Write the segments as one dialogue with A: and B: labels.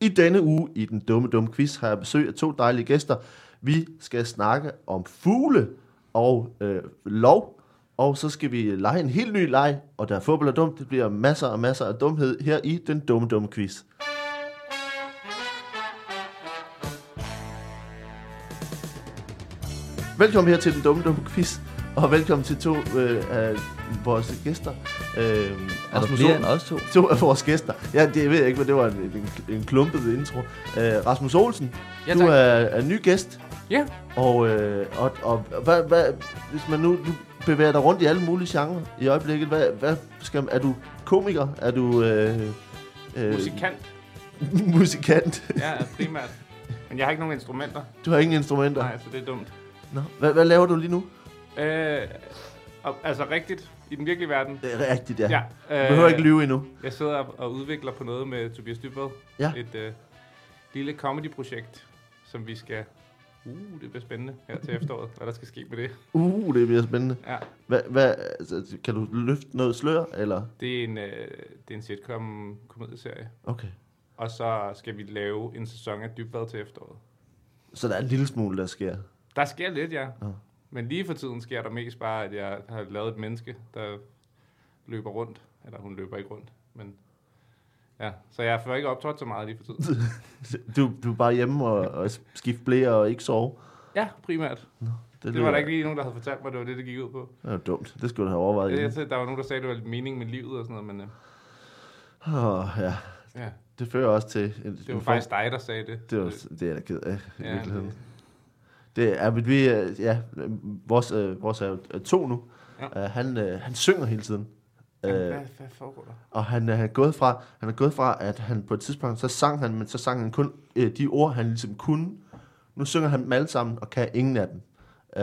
A: I denne uge i den dumme, dumme quiz har jeg besøg af to dejlige gæster. Vi skal snakke om fugle og øh, lov, og så skal vi lege en helt ny leg, og der er fodbold og dumt. Det bliver masser og masser af dumhed her i den dumme, dumme quiz. Velkommen her til den dumme, dumme quiz, og velkommen til to øh, af vores gæster. Øh,
B: Er der
A: Rasmus
B: flere
A: Olsen-
B: end os to?
A: to af vores gæster. Ja, det ved jeg ikke, men det var en, en, en klumpet intro. Øh, Rasmus Olsen,
C: Ja,
A: du
C: tak.
A: er, er ny gæst,
C: Ja,
A: og, øh, og, og hvad, hvad, hvis man nu du bevæger dig rundt i alle mulige genrer i øjeblikket, hvad, hvad skal, er du komiker? Er du øh, øh,
C: musikant.
A: musikant?
C: Ja, altså, primært. Men jeg har ikke nogen instrumenter.
A: Du har ingen instrumenter?
C: Nej, så det er dumt.
A: Nå. Hvad, hvad laver du lige nu?
C: Øh, og- altså rigtigt, i den virkelige verden.
A: Det er rigtigt, ja.
C: Ja. øh,
A: Du behøver ikke lyve endnu.
C: Jeg sidder og og udvikler på noget med Tobias Dybvad.
A: Ja.
C: Et øh, lille comedy-projekt, som vi skal... Uh, det bliver spændende her til efteråret, hvad der skal ske med det.
A: Uh, det bliver spændende.
C: Ja,
A: Hvad, hvad, altså, kan du løfte noget slør, eller?
C: det er en, øh, det er en sitcom-komedieserie.
A: Okay.
C: Og så skal vi lave en sæson af Dybvad til efteråret.
A: Så der er en lille smule, der sker.
C: Der sker lidt, ja.
A: Ja.
C: Men lige for tiden sker der mest bare, at jeg har lavet et menneske, der løber rundt. Eller hun løber ikke rundt, men... Ja, så jeg får ikke optrådt så meget lige for tiden.
A: Du, du er bare hjemme og, og skifte blære og ikke sove.
C: Ja, primært.
A: Det,
C: Det var der ikke lige nogen, der havde fortalt mig, det var det, det gik ud på.
A: Det var dumt. Det skulle du have overvejet.
C: Jeg,
A: inden.
C: jeg, der var nogen, der sagde, det var lidt mening med livet og sådan noget, men øh,
A: Åh, ja.
C: ja,
A: Det fører også til... En,
C: det var faktisk dig, der sagde det.
A: Det, var, det er jeg da ked af, i
C: Ja,
A: virkeligheden.
C: det-
A: Det er, men vi, øh, ja, øh, vores, øh, vores er jo øh, to nu.
C: Ja.
A: Øh, han, øh, han synger hele tiden. Øh,
C: Hvad, hvad foregår der?
A: og han er, gået fra, han er gået fra, at han på et tidspunkt, så sang han, men så sang han kun øh, de ord, han ligesom kunne. Nu synger han dem alle sammen, og kan ingen af dem.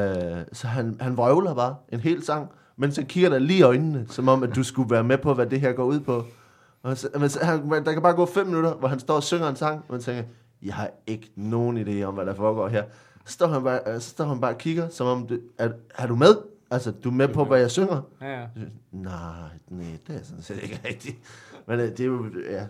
A: Øh, så han, han vrøvler bare en hel sang, men så kigger der lige i øjnene, som om, at du skulle være med på, hvad det her går ud på. Og så, men så, han, men der kan bare gå fem minutter, hvor han står og synger en sang, og man tænker, jeg har ikke nogen idé om, hvad der foregår her. Så står han bare, øh, så står han bare og kigger, som om, det, er, er du med? Altså, du er med på, hvad jeg synger?
C: Ja, ja.
A: Nej, nej, det er sådan set ikke rigtigt. Men øh, det er jo, ja.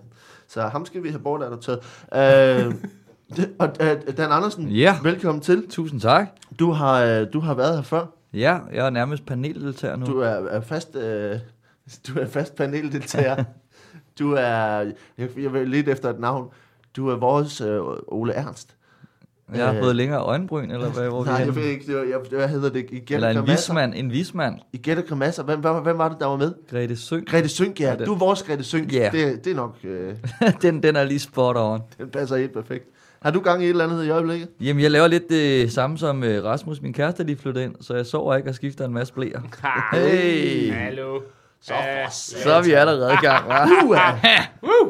A: Så ham skal vi have bortadopteret. Øh, det- og øh, Dan Andersen,
B: Ja.
A: velkommen til.
B: Tusind tak.
A: Du har, øh, du har været her før.
B: Ja, jeg er nærmest paneldeltager nu.
A: Du er, er fast, øh, du er fast paneldeltager. Du er, jeg, jeg vil lidt efter et navn. Du er vores øh, Ole Ernst.
B: jeg har
A: øh,
B: fået længere øjenbryn, eller hvad, hvor vi
A: Nej,
B: er
A: jeg
B: henne?
A: ved ikke, det var, jeg, hvad hedder det? I
B: Eller
A: gætter
B: en
A: grimasser.
B: vismand, en vismand.
A: I gætter grimasser. Hvem, hvem, hvem var det, der var med?
B: Grete Søn.
A: Grete Sønk,
B: Ja,
A: ja.
B: det-
A: Du er vores Grete Sønk.
B: Ja.
A: Det, det er nok... Øh,
B: den, den er lige spot on.
A: Den passer helt perfekt. Har du gang i et eller andet i øjeblikket?
B: Jamen, jeg laver lidt det samme som øh, Rasmus, min kæreste, lige flyttede ind, så jeg sover ikke og skifter en masse blæer.
C: Ha,
B: Hey,
C: hallo.
A: Så
C: Ja,
A: for
B: så er vi allerede i gang, hva'?
A: uh,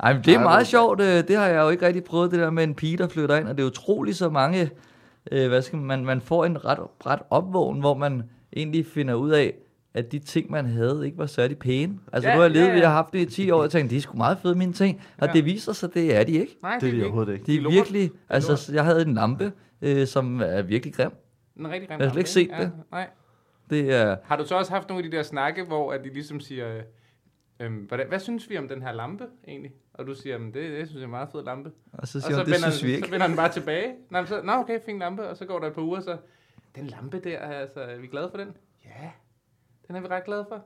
B: Ej, men det
A: Ej,
B: er
A: hvor-
B: meget sjovt. øh, Det har jeg jo ikke rigtig prøvet, det der med en pige, der flytter ind. Og det er utroligt så mange... Øh, hvad skal man, man får en ret, ret opvågen, hvor man egentlig finder ud af, at de ting, man havde, ikke var særlig pæne. Altså,
C: Ja,
B: nu har jeg levet,
C: ja, ja.
B: vi har haft det i 10 år, og jeg tænkte, de er sgu meget fede, mine ting. Og
C: Ja.
B: det viser sig, det er de ikke.
C: Nej,
A: det er
C: vi
A: det
C: ikke.
A: overhovedet ikke.
B: De
C: De
B: er
C: er lort.
B: virkelig...
C: lort.
B: Altså, jeg havde en lampe, øh, som er virkelig grim.
C: Den er rigtig grim
B: Jeg har slet ikke
C: lampe,
B: set
C: ikke?
B: det.
C: Ja, nej.
B: Det er...
C: Har du så også haft nogle af de der snakke, hvor at de ligesom siger, øh, øhm, hvordan, hvad synes vi om den her lampe egentlig? Og du siger, "Jamen, det, det synes jeg er en meget fed lampe.
B: Og så
C: og
B: siger hun, det
C: vender
B: synes
C: den,
B: vi
C: så
B: ikke.
C: vender den bare tilbage. Nå, men så, nå okay, fin lampe, og så går der et par uger, så den lampe der, altså, er vi glade for den? Ja, den er vi ret glade for.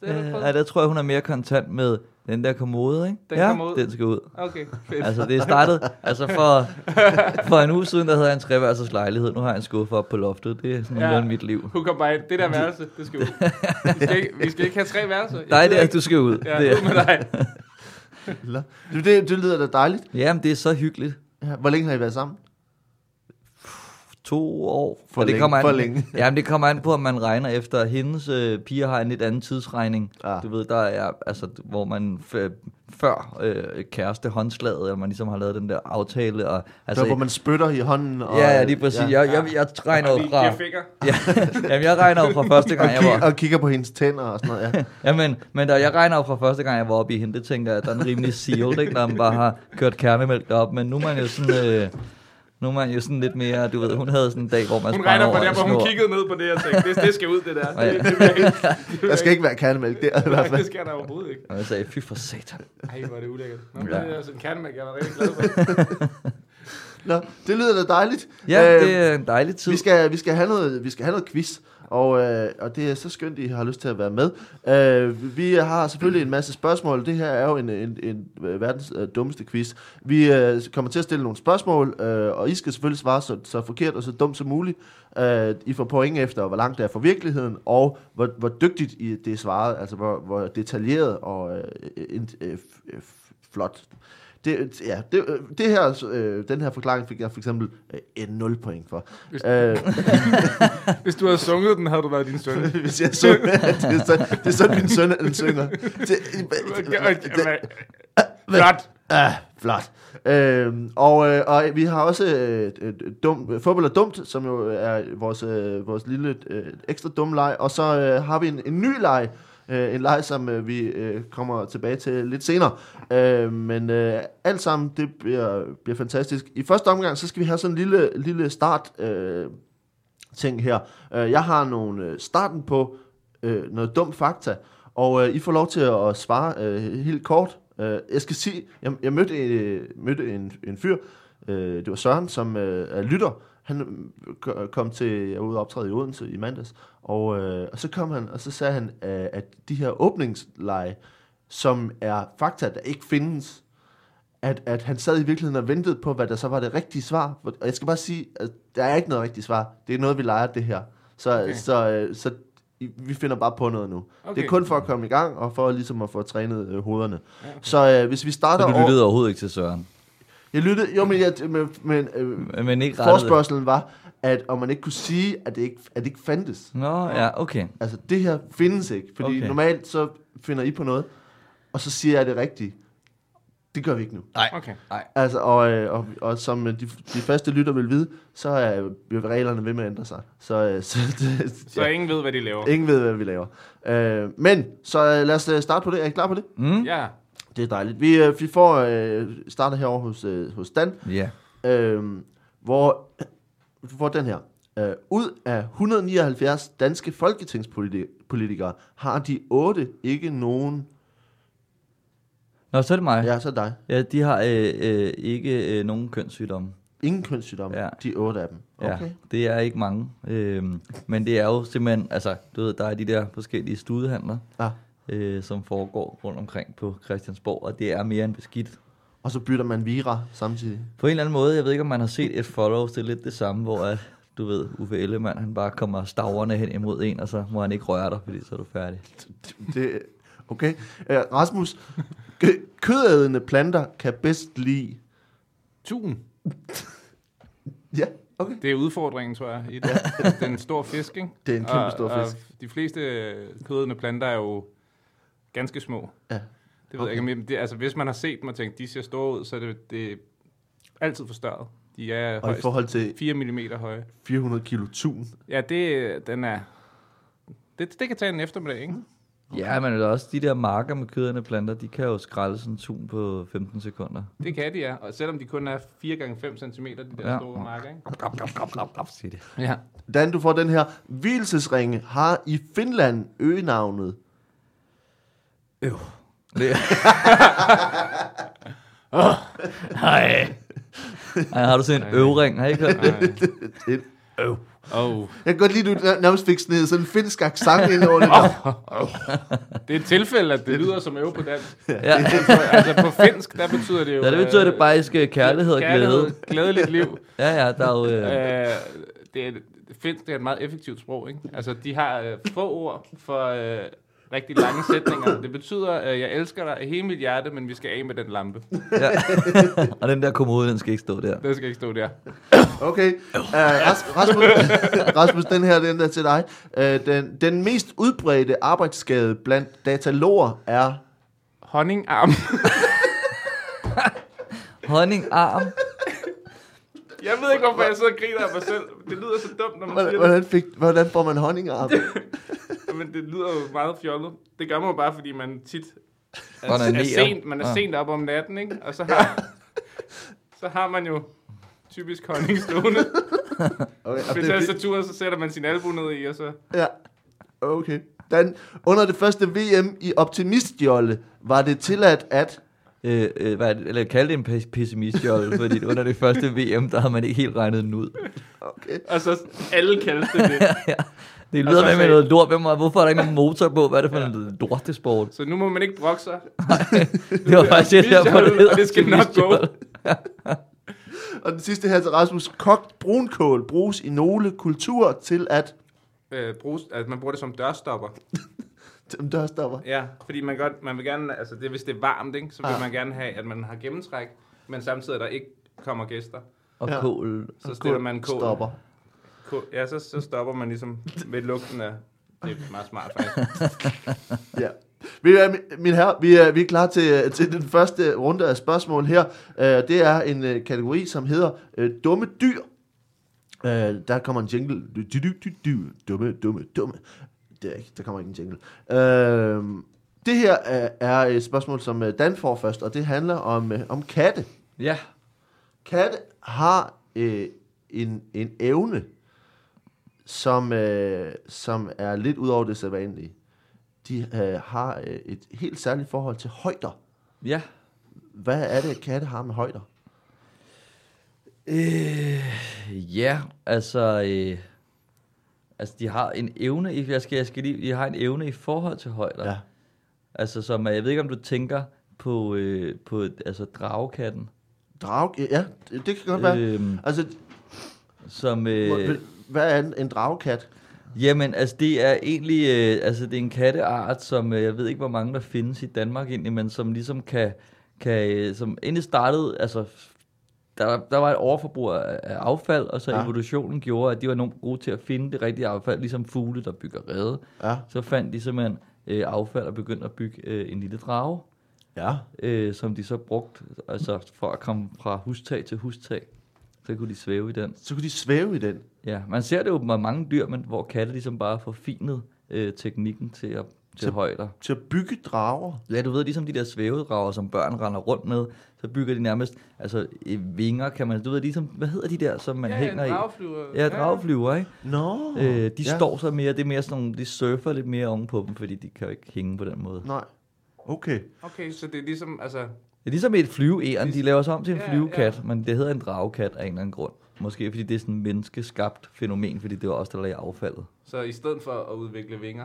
C: Det er
B: Ja,
C: øh,
B: der tror jeg, hun er mere kontant med den der kommode, ikke?
C: Den
B: ja,
C: kommer ud.
B: den skal ud.
C: Okay, fedt.
B: Altså, det startede, altså for, for en uge siden, der havde jeg en treværelses lejlighed. Nu har jeg en skuffe op på loftet. Det er sådan
C: Ja.
B: ja. mit liv.
C: Hun kom bare ind. Det der værelse, det skal ud. Vi skal ikke, vi skal ikke have tre værelser. Jeg
B: Nej, det
C: gider
B: er,
C: ikke.
B: du skal ud.
C: Ja,
B: Det
C: ud med
B: er.
C: dig.
A: det, det, det lyder da dejligt.
B: Jamen, det er så hyggeligt.
A: Ja, Hvor længe har I været sammen?
B: To år.
A: For
B: Og det
A: længe,
B: kommer an,
A: for længe.
B: Jamen, det kommer an på, om man regner efter. Hendes øh, piger har en lidt anden tidsregning.
A: Ah.
B: Du ved, der er, altså, hvor man f- før øh, kæreste håndslaget, og man ligesom har lavet den der aftale. Og,
A: Altså,
B: altså,
A: der, hvor man spytter i hånden. Og,
B: Ja, ja, lige præcis.
A: Ja.
B: Ja. Jeg, jeg, jeg regner
C: Og
B: jo
C: lige
B: fra...
C: giver fingre.
B: Ja, jamen, jeg regner jo fra første
A: Og,
B: gang, jeg var...
A: kig, og kigger på hendes tænder og sådan noget. Ja.
B: Ja, men, men der, jeg regner jo fra første gang, jeg var oppe i hende, det tænker jeg, at der er en rimelig sealed, ikke, når man bare har kørt kernemælk op. Men nu er man jo sådan... Øh, Nogle gange jo sådan lidt mere, du ved, hun havde sådan en dag, hvor man
C: Hun
B: sprang
C: regner på
B: over
C: det,
B: en
C: hvor hun
B: snor.
C: kiggede ned på det, og tænkte, det, det skal ud, det der.
B: Ja.
C: Det, det, vil jeg ikke- det, vil
A: Der skal
C: jeg
A: ikke være kernemælk der i hvert
C: Nej, det
A: fald.
C: skal der overhovedet ikke.
B: Og jeg sagde, fy for satan.
C: Ej, hvor er det ulækkert. Nå,
B: Ja.
C: ja. det er sådan en kernemælk, jeg var rigtig glad for.
A: Nå, det lyder da dejligt.
B: Ja,
A: Øh,
B: det er en dejlig tid.
A: Vi skal, vi skal, have, noget, vi skal have noget quiz, og, øh, og det er så skønt, I har lyst til at være med. Øh, vi har selvfølgelig en masse spørgsmål. Det her er jo en, en, en verdens øh, dummeste quiz. Vi øh, kommer til at stille nogle spørgsmål, øh, og I skal selvfølgelig svare så, så forkert og så dumt som muligt. Øh, I får point efter, hvor langt det er fra virkeligheden, og hvor, hvor dygtigt I, det er svaret, altså hvor, hvor detaljeret og øh, en, øh, f- øh, flot. Det, ja, det, øh, det her, øh, den her forklaring fik jeg for eksempel øh, en 0 point for.
C: Hvis-
A: Øh,
C: Hvis du havde sunget den, havde du været din søn.
A: hvis jeg så, det, er sådan, det er sådan, min søn han synger. Det, det, det,
C: Flot.
A: ah, flot. Øhm, og, øh, og vi har også øh, øh, dum, fodbold er dumt, som jo er vores, øh, vores lille øh, ekstra dumme leg. Og så øh, har vi en, en ny leg, øh, en leg, som øh, vi øh, kommer tilbage til lidt senere. Øh, men øh, alt sammen, det bliver, bliver fantastisk. I første omgang, så skal vi have sådan en lille, lille start øh, ting her. Øh, jeg har nogle øh, starten på øh, noget dumt fakta, og øh, I får lov til at svare øh, helt kort. Øh, jeg skal sige, jeg, jeg mødte, en, mødte en, en fyr, øh, det var Søren, som øh, er lytter. Han øh, k- kom til, jeg var ude og optræde i Odense i mandags, og, øh, og så kom han, og så sagde han, øh, at de her åbningsleje, som er fakta, der ikke findes, at, at han sad i virkeligheden og ventede på, hvad der så var det rigtige svar. Og jeg skal bare sige, at der er ikke noget rigtigt svar. Det er noget, vi leger det her. Så, okay.
C: Okay.
A: så, øh, så i- vi finder bare på noget nu. Okay. Det er kun for at komme i gang, og for ligesom at få trænet øh, hovederne.
C: Ja, okay.
A: Så øh, hvis vi starter...
B: Så du
A: over-
B: lyttede overhovedet ikke til Søren.
A: Jeg lyttede... Jo, men, jeg, men, men øh,
B: Men ikke rettet.
A: forspørgselen var, at om man ikke kunne sige, at det ikke, at det ikke fandtes.
B: Nå, ja, okay.
A: Altså, det her findes ikke. Fordi okay.
B: Okay.
A: normalt så finder I på noget, og så siger jeg det rigtige. Det gør vi ikke nu.
C: Okay.
A: Altså, og, øh, og, og som øh, de, de faste lytter vil vide, så er øh, reglerne ved med at ændre sig. Så, øh, så, det,
C: Så
A: ja,
C: ingen ved, hvad de laver.
A: ingen ved, hvad vi laver. Øh, men, så øh, lad os øh, starte på det. Er I klar på det?
B: Mm?
C: Ja.
A: Det er dejligt. Vi, øh, vi får øh, starter herovre hos, øh, hos Dan,
B: Ja.
A: øh, hvor du får den her. Øh, ud af 179 danske folketingspolitikere har de 8 ikke nogen...
B: Nå, så er det mig.
A: Ja, så er det dig.
B: Ja, de har øh, øh, ikke øh, nogen kønssygdomme.
A: Ingen kønssygdomme, ja.
B: Ja.
A: de 8 af dem.
B: Ja,
A: Okay.
B: det er ikke mange. Øhm, men det er jo simpelthen, altså, du ved, der er de der forskellige studehandler,
A: Ja.
B: øh, som foregår rundt omkring på Christiansborg, og det er mere end beskidt.
A: Og så bytter man Vira samtidig.
B: På en eller anden måde, jeg ved ikke, om man har set et follow, det er lidt det samme, hvor at, du ved, Uffe Ellemann, han bare kommer stavrende hen imod en, og så må han ikke røre dig, fordi så er du færdig.
A: Det, okay. Uh, Rasmus, kø- kødædende planter kan bedst lide...
C: Tun.
A: Ja, okay.
C: Det er udfordringen, tror jeg. I det. det er en stor fisk, ikke?
A: Det er en kæmpe
C: Og-
A: stor
C: og
A: fisk.
C: de fleste øh, kødende planter er jo ganske små.
A: Ja.
C: Det ved okay. jeg ikke, men det, altså, hvis man har set dem og tænkt, de ser store ud, så er det, det er altid forstørret. De er
A: Og i
C: højst
A: forhold til
C: 4 mm høje.
A: 400 kilo tun.
C: Ja, det, øh, den er... Det, det kan tage en eftermiddag,
B: Mm.
C: ikke?
B: Ja, men også de der marker med køderne planter, de kan jo skralde sådan en tun på 15 sekunder.
C: Det kan de, ja. Og selvom de kun er 4x5 cm, de der
B: Ja.
C: ja. store marker, ikke?
B: Klap, klap, klap, klap, klap, sig det.
C: Ja.
A: Dan, du får den her. Hvilesesringe har i Finland øgenavnet.
B: Øv. Det. Hej. Ej, har du set en øvring? Har I ikke hørt det?
A: Et øv.
C: Oh.
A: Jeg kan godt lide, at du nær- nærmest fik snedet sådan en finsk accent ind over det. der.
C: Det er et tilfælde, at det lyder som øv på dansk.
B: Ja.
C: altså på finsk, der betyder det jo...
B: ja, det betyder det
C: øh,
B: bare, at I skal have kærlighed og glæde.
C: Glædeligt liv.
B: Ja, ja, der er jo... Øh,
C: øh, det er, finsk det er et meget effektivt sprog, ikke? Altså, de har øh, få ord for øh, rigtig lange sætninger. Det betyder, øh, jeg elsker dig af hele mit hjerte, men vi skal af med den lampe.
B: ja. og den der kommode, den skal ikke stå der.
C: Den skal ikke stå der.
A: Okay. Uh, Ras- Rasmus, Rasmus, den her den der til dig. Uh, den, den mest udbredte arbejdsskade blandt dataloger er...
C: Honningarm.
B: Honningarm.
C: Jeg ved ikke, hvorfor jeg sidder og griner af mig selv. Det lyder så dumt, når man
A: Hvordan,
C: siger det.
A: hvordan, fik, hvordan får man honningarm?
C: Men det lyder jo meget fjollet. Det gør man jo bare, fordi man tit er,
B: Onanerer.
A: Ah.
C: er sent, man er
B: Ja.
C: sent op om natten, ikke? Og så har, så har man jo Typisk honning stående.
A: Okay, og
C: Hvis
A: det,
C: jeg er
A: det,
C: Satur, så sætter man sin albu ned i, og så...
A: ja. Okay. Dan, under det første VM i optimistjolle var det tilladt at...
B: Øh, øh, hvad, er det- eller kalde det en pes- pessimistjolle, fordi under det første VM, der har man ikke helt regnet den ud.
A: Okay.
C: Og så alle kaldte det det.
B: Det lyder
C: så
B: altså, med, med
C: sagde-
B: noget lort. Hvem, er- hvorfor er der ikke nogen motor på? Hvad er det for en lortesport?
C: Så nu må man ikke brokke sig.
B: Det var faktisk det, der
C: Optimistjolle,
B: det hedder.
C: og det skal nok gå.
B: optimistjolle.
A: Og den sidste her til Rasmus. Kogt brunkål bruges i nogle kulturer til at...
C: Øh, bruges, altså, man bruger det som dørstopper.
A: Dem dørstopper.
C: Ja, fordi man, godt, man vil gerne... Altså, det, hvis det er varmt, ikke, så vil
A: Ja.
C: man gerne have, at man har gennemtræk, men samtidig er der ikke kommer gæster.
B: Og
A: Ja.
B: kål.
C: Så stiller man kål.
A: Stopper.
C: Kål- Ja, så, så stopper man ligesom ved lugten af... Det er meget smart, faktisk.
A: Ja. Vi er, min herre, vi er, vi er klar til, øh, til den første runde af spørgsmål her. Øh, Det er en øh, kategori, som hedder øh, dumme dyr. Øh, Der kommer en jingle. Du, du, du, du, du. Dumme, dumme, dumme. Det er ikke, der kommer ikke en jingle. Øh, Det her er- er et spørgsmål, som øh, Dan får først, og det handler om, øh, om katte.
B: Ja.
A: Katte har øh, en, en evne, som, øh, som er lidt ud over det sædvanlige. De øh, har øh, et helt særligt forhold til højder.
B: Ja.
A: Hvad er det, katte har med højder?
B: Øh, ja, altså... Øh, altså, de har en evne... i- Jeg skal, jeg skal lige, de har en evne i forhold til højder.
A: Ja.
B: Altså, som, er- jeg ved ikke, om du tænker på, øh, på altså, dragekatten.
A: Drag, ja, det det kan godt være. Øh,
B: Øhm,
A: altså,
B: som,
A: øh,
B: øh,
A: hvad er en, en dragkat?
B: jamen, altså, det er egentlig... Øh, altså, det er en katteart, som øh, jeg ved ikke, hvor mange der findes i Danmark egentlig, men som ligesom kan... kan øh, som endelig startede... Altså, der, der var et overforbrug af af affald, og så
A: Ja.
B: ja. evolutionen gjorde, at de var enormt gode til at finde det rigtige affald, ligesom fugle, der bygger rede.
A: Ja.
B: Så fandt de simpelthen øh, affald og begyndte at bygge øh, en lille drage,
A: Ja.
B: øh, som de så brugte altså, for at komme fra hustag til hustag. Så kunne de svæve i den.
A: Så kunne de svæve i den.
B: Ja, man ser det jo med mange dyr, men hvor katte ligesom bare har forfinet øh, teknikken til, at, til
A: Så-
B: højder.
A: Til at bygge drager.
B: Ja, du ved, ligesom de der svævedrager, som børn render rundt med, så bygger de nærmest altså, øh, vinger, kan man... Du ved, ligesom, hvad hedder de der, som man
C: ja,
B: hænger
C: en
B: i?
C: drageflyver.
B: Ja, dragflyver, ikke?
A: Nå.
B: Øh, de
A: ja.
B: ja. står så mere, det er mere sådan nogle, de surfer lidt mere ovenpå dem, fordi de kan jo ikke hænge på den måde.
A: Nej. Okay.
C: Okay, så det er ligesom, altså,
B: Det er ligesom et flyveæren, de laver sig om til en
C: Ja,
B: flyvekat, men det hedder en dragekat af en eller anden grund. Måske fordi det er sådan et menneskeskabt fænomen, fordi det var os, der lagde affaldet.
C: så i stedet for at udvikle vinger,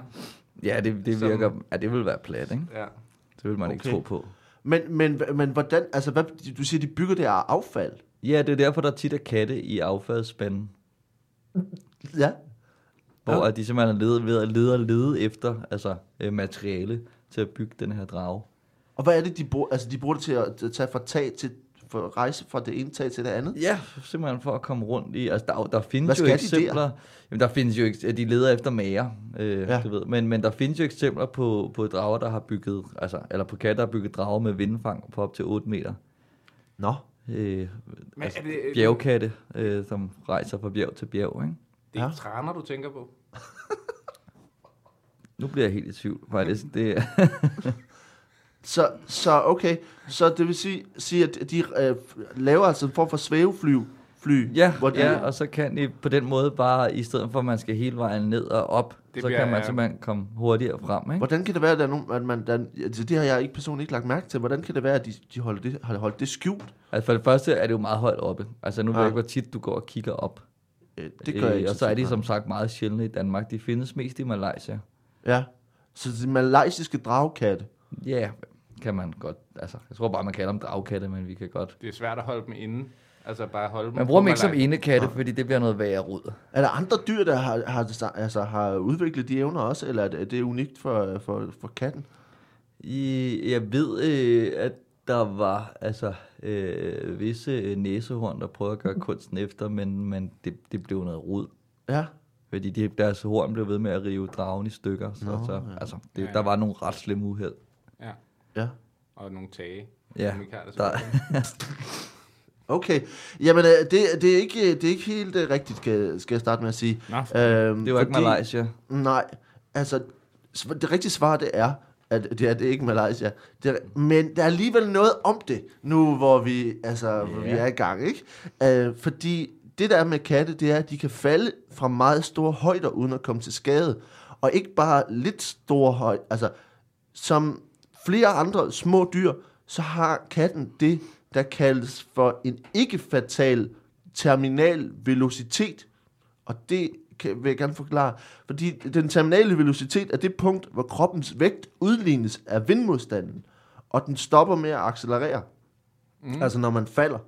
B: Ja, det, det
C: Som-
B: virker, ja, det vil være plat, ikke?
C: ja.
B: Det vil man okay. ikke
A: Okay.
B: tro på.
A: Men, men, men hvordan, altså, hvad, du siger, de bygger det af affald.
B: Ja, det er derfor, der tit er katte i affaldsspanden,
A: Ja.
B: hvor
A: Ja.
B: ja. de simpelthen er lede, ved at lede og lede efter altså, øh, materiale til at bygge den her drage.
A: Og hvad er det, de bruger? Altså, de bruger det til at t- tage fra tag til for at rejse fra det ene tag til det andet?
B: Ja, simpelthen for at komme rundt i. Altså, der, er jo- der
A: Hvad
B: findes jo
A: skal de
B: eksempler.
A: der?
B: der? Jamen, der findes jo ikke, de leder efter mager, øh,
A: Ja.
B: ja. du ved. Men, men der findes jo eksempler på, på drager, der har bygget, altså, eller på katter, der har bygget drager med vindfang på op til 8 meter.
A: Nå.
B: Øh,
C: Men
B: altså,
C: er det- er-
B: bjergkatte, øh, som rejser fra bjerg til bjerg, ikke?
C: Det er
A: Ja.
C: ja. træner, du tænker på.
B: Nu bliver jeg helt i tvivl, faktisk. Det,
A: Så, så okay, så det vil sige, sige at de øh, laver altså en form for svævefly, fly,
B: ja,
A: hvor de,
B: ja, og så kan I på den måde bare, i stedet for at man skal hele vejen ned og op,
C: Det
B: så
C: bliver-
B: kan man
C: ja.
B: simpelthen komme hurtigere frem, ikke?
A: Hvordan kan det være, at, der er nogen, at man, der, altså, det har jeg ikke personligt ikke lagt mærke til, hvordan kan det være, at de, de holder det, har holdt det skjult?
B: Altså for det første er det jo meget højt oppe. Altså nu ved
A: Ja.
B: jeg ikke, hvor tit du går og kigger op.
A: Øh, det gør jeg ikke.
B: Og så er de
A: tit, nej.
B: som sagt meget sjældne i Danmark. De findes mest i Malaysia.
A: Ja, så de malaysiske dragkatte.
B: Ja, yeah, kan man godt. Altså, jeg tror bare, man kalder dem dragkatte, men vi kan godt.
C: Det er svært at holde dem inde. Altså bare holde dem.
B: Man bruger
C: på
B: dem ikke som
C: malaj.
B: enekatte, fordi det bliver noget værre rod.
A: Er der andre dyr, der har, har, altså, har udviklet de evner også, eller er det, er det unikt for, for, for katten?
B: I, jeg ved, øh, at der var altså, øh, visse øh, næsehorn, der prøvede at gøre kunsten efter, men, men det, det blev noget rod.
A: Ja,
B: Fordi de, deres horn blev ved med at rive dragen i stykker. Så,
A: Nå,
B: så,
A: ja.
B: altså, det,
C: Ja.
B: der var nogle ret slemme uheld.
C: Ja,
A: ja.
C: og nogle tage.
B: Ja,
C: Som ikke har det så
B: der,
A: Okay, jamen øh, det, det, er ikke, det er ikke helt øh, rigtigt, skal, skal jeg starte med at sige.
C: Nå,
A: Øhm,
B: det var ikke Malaysia.
A: Nej, altså sv- det rigtige svar det er, at det er, det er ikke Malaysia. Det er, men der er alligevel noget om det, nu hvor vi, altså, yeah. hvor vi er i gang. Ikke? Øh, fordi det der er med katte, det er, at de kan falde fra meget store højder, uden at komme til skade. Og ikke bare lidt store højder. Altså, som flere andre små dyr, så har katten det, der kaldes for en ikke-fatal terminal velocitet. Og det kan, vil jeg gerne forklare. Fordi den terminale velocitet er det punkt, hvor kroppens vægt udlignes af vindmodstanden, og den stopper med at accelerere, mm. altså når man falder.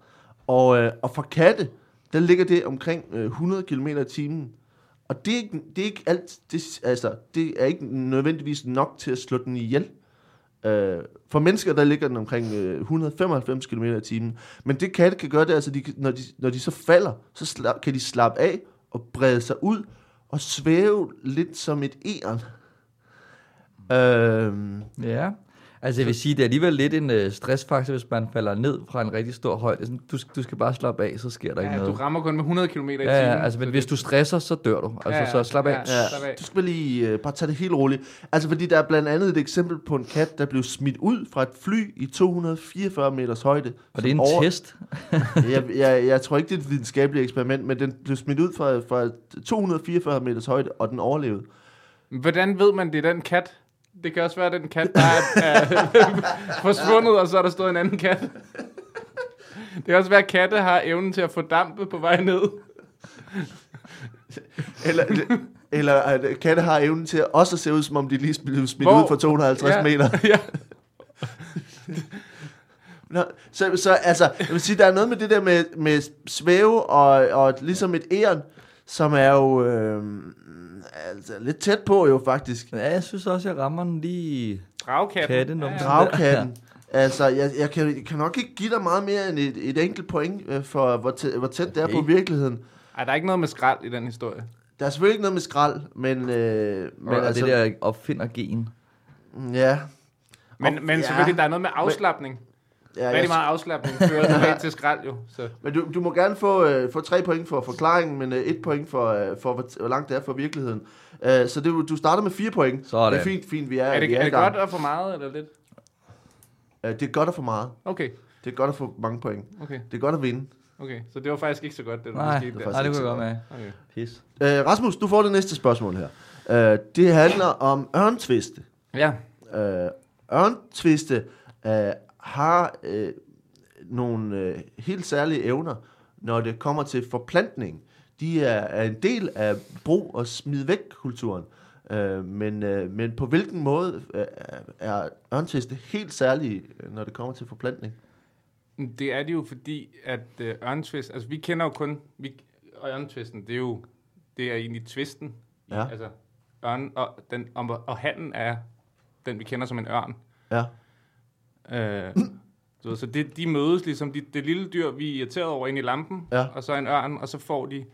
A: Og, øh, og for katte, der ligger det omkring øh, 100 km i timen. Og det er ikke, det er ikke alt, det, altså, det er ikke nødvendigvis nok til at slå den ihjel. Øh, for mennesker, der ligger den omkring øh, 195 km i timen. Men det katte kan gøre, det er, altså, de, kan- når, de, når de så falder, så sla, kan de slappe af og brede sig ud og svæve lidt som et æren. Øh,
B: Ja. Altså jeg vil sige, det er alligevel lidt en øh, stressfaktor, hvis man falder ned fra en rigtig stor højde. Sådan, Du, du skal bare slappe af, så sker der ikke
C: Ja,
B: noget.
C: du rammer kun med 100 km i timen.
B: Ja, ja, altså, men
C: så
B: hvis du stresser, så dør du. Altså,
C: Ja,
B: så slap af.
C: ja.
A: Ja,
C: Slap af.
A: du skal bare lige øh, bare tage det helt roligt. Altså, fordi der er blandt andet et eksempel på en kat, der blev smidt ud fra et fly i 244 meters højde.
B: Og det er en
A: Som
B: test.
A: jeg, jeg, jeg tror ikke, det er et videnskabeligt eksperiment, men den blev smidt ud fra, fra 244 meters højde, og den overlevede.
C: det- Hvordan ved man, det er den kat? Det kan også være, den kat, der er, er forsvundet, og så er der stået en anden kat. Det kan også være, at katte har evnen til at få dampe på vej ned.
A: Eller, eller at katte har evnen til også at se ud, som om de lige blev smidt
C: Hvor-
A: Hvor? ud fra 250
C: Ja,
A: ja. meter.
C: ja.
A: Nå, så, så altså, jeg vil sige, der er noget med det der med, med svæve og, og ligesom et æren, som er jo øh, altså, lidt tæt på jo faktisk.
B: Ja, jeg synes også, jeg rammer den lige...
C: Dragkatten.
B: Katte nummer
C: ja, ja.
A: Dragkatten. Altså, jeg, jeg, kan, jeg kan nok ikke give dig meget mere end et, et enkelt point øh, for, hvor, tæ, hvor tæt det er på
B: Okay.
A: virkeligheden.
C: Ej, der er ikke noget med skrald i den historie.
A: Der er selvfølgelig ikke noget med skrald, men... Øh, men
B: Men altså, det der opfinder gen.
A: Ja.
C: Men,
A: Og-
C: men selvfølgelig, der er noget med afslappning.
A: ja,
C: Rigtig
A: jeg,
C: meget afslappning fører tilbage til skrald, jo. Så.
A: men du, du må gerne få, øh, få tre point for forklaringen, men øh, et point for, øh, for hvor, t- hvor langt det er fra virkeligheden. Øh, så det, er jo- du starter med fire point.
B: Sådan.
A: Det er fint, fint vi er,
C: Er det,
A: vi
C: er
A: i
C: det
A: gang.
C: godt at få meget, eller lidt?
A: Øh, det er godt at få meget.
C: Okay,
A: Det er godt at få mange point.
C: okay,
A: Det er godt at vinde.
C: okay. Så det var faktisk ikke så godt, det der
B: Nej,
C: skete der.
A: faktisk
B: nej, det
A: ikke så
B: kunne jeg godt med.
C: Okay.
B: Pis.
A: Øh, Rasmus, du får det næste spørgsmål her. Øh, det handler om ørntviste.
C: Ja,
A: øh, ørntviste øh, har øh, nogle øh, helt særlige evner, når det kommer til forplantning. De er, er en del af brug og smid væk kulturen. Øh, men, øh, men på hvilken måde øh, er ørntviste helt særlige, øh, når det kommer til forplantning?
C: det er det jo fordi, at øh, ørntvist, altså vi kender jo kun, vi, og ørntvisten, det er jo, det er egentlig tvisten.
A: Ja.
C: Altså, ørn, og, den, og, og handen er den, vi kender som en ørn.
A: Ja.
C: Øh, du ved, så det, de mødes ligesom, de, det lille dyr, vi er irriteret over inde i lampen,
A: Ja.
C: og så en ørn, og så får de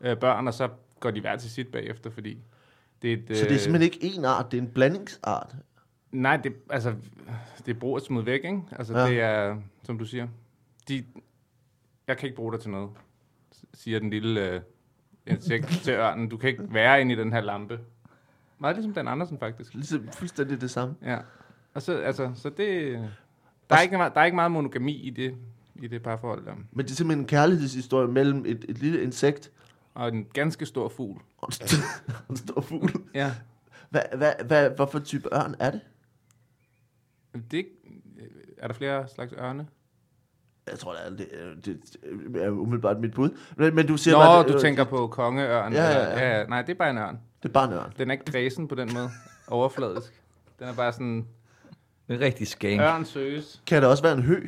C: øh, børn, og så går de hver til sit bagefter, fordi det er et,
A: Så det er
C: øh,
A: simpelthen ikke en art, det er en blandingsart.
C: Nej, det, altså, det er brug at smide væk, ikke? Altså,
A: Ja.
C: ja. det er, som du siger, de, jeg kan ikke bruge dig til noget, siger den lille øh, insekt til ørnen. Du kan ikke være inde i den her lampe. Meget ligesom Dan Andersen, faktisk.
A: Ligesom fuldstændig det samme.
C: Ja. Og så, altså, så det... Der er, ikke, meget- der er ikke meget monogami i det, i det parforhold der.
A: Men det er simpelthen en kærlighedshistorie mellem et, et lille insekt
C: Og en ganske stor fugl.
A: og en stor, og en stor fugl.
C: Ja.
A: Hvad, hvad, hvad, hvorfor type ørn er det?
C: Det, er ikke- øh, er der flere slags ørne?
A: Jeg tror, det er, det, er- det er umiddelbart mit bud. Men, men du siger bare...
C: Nå,
A: det-
C: du tænker på kongeørn.
A: Ja, ja,
C: eller-
A: ja.
C: ja. Nej, det er bare en ørn.
A: Det er bare en ørn.
C: Den er ikke græsen på den måde. Overfladisk. Den er bare sådan,
B: Det er rigtig skæng.
C: ørn søges.
A: Kan det også være en hø?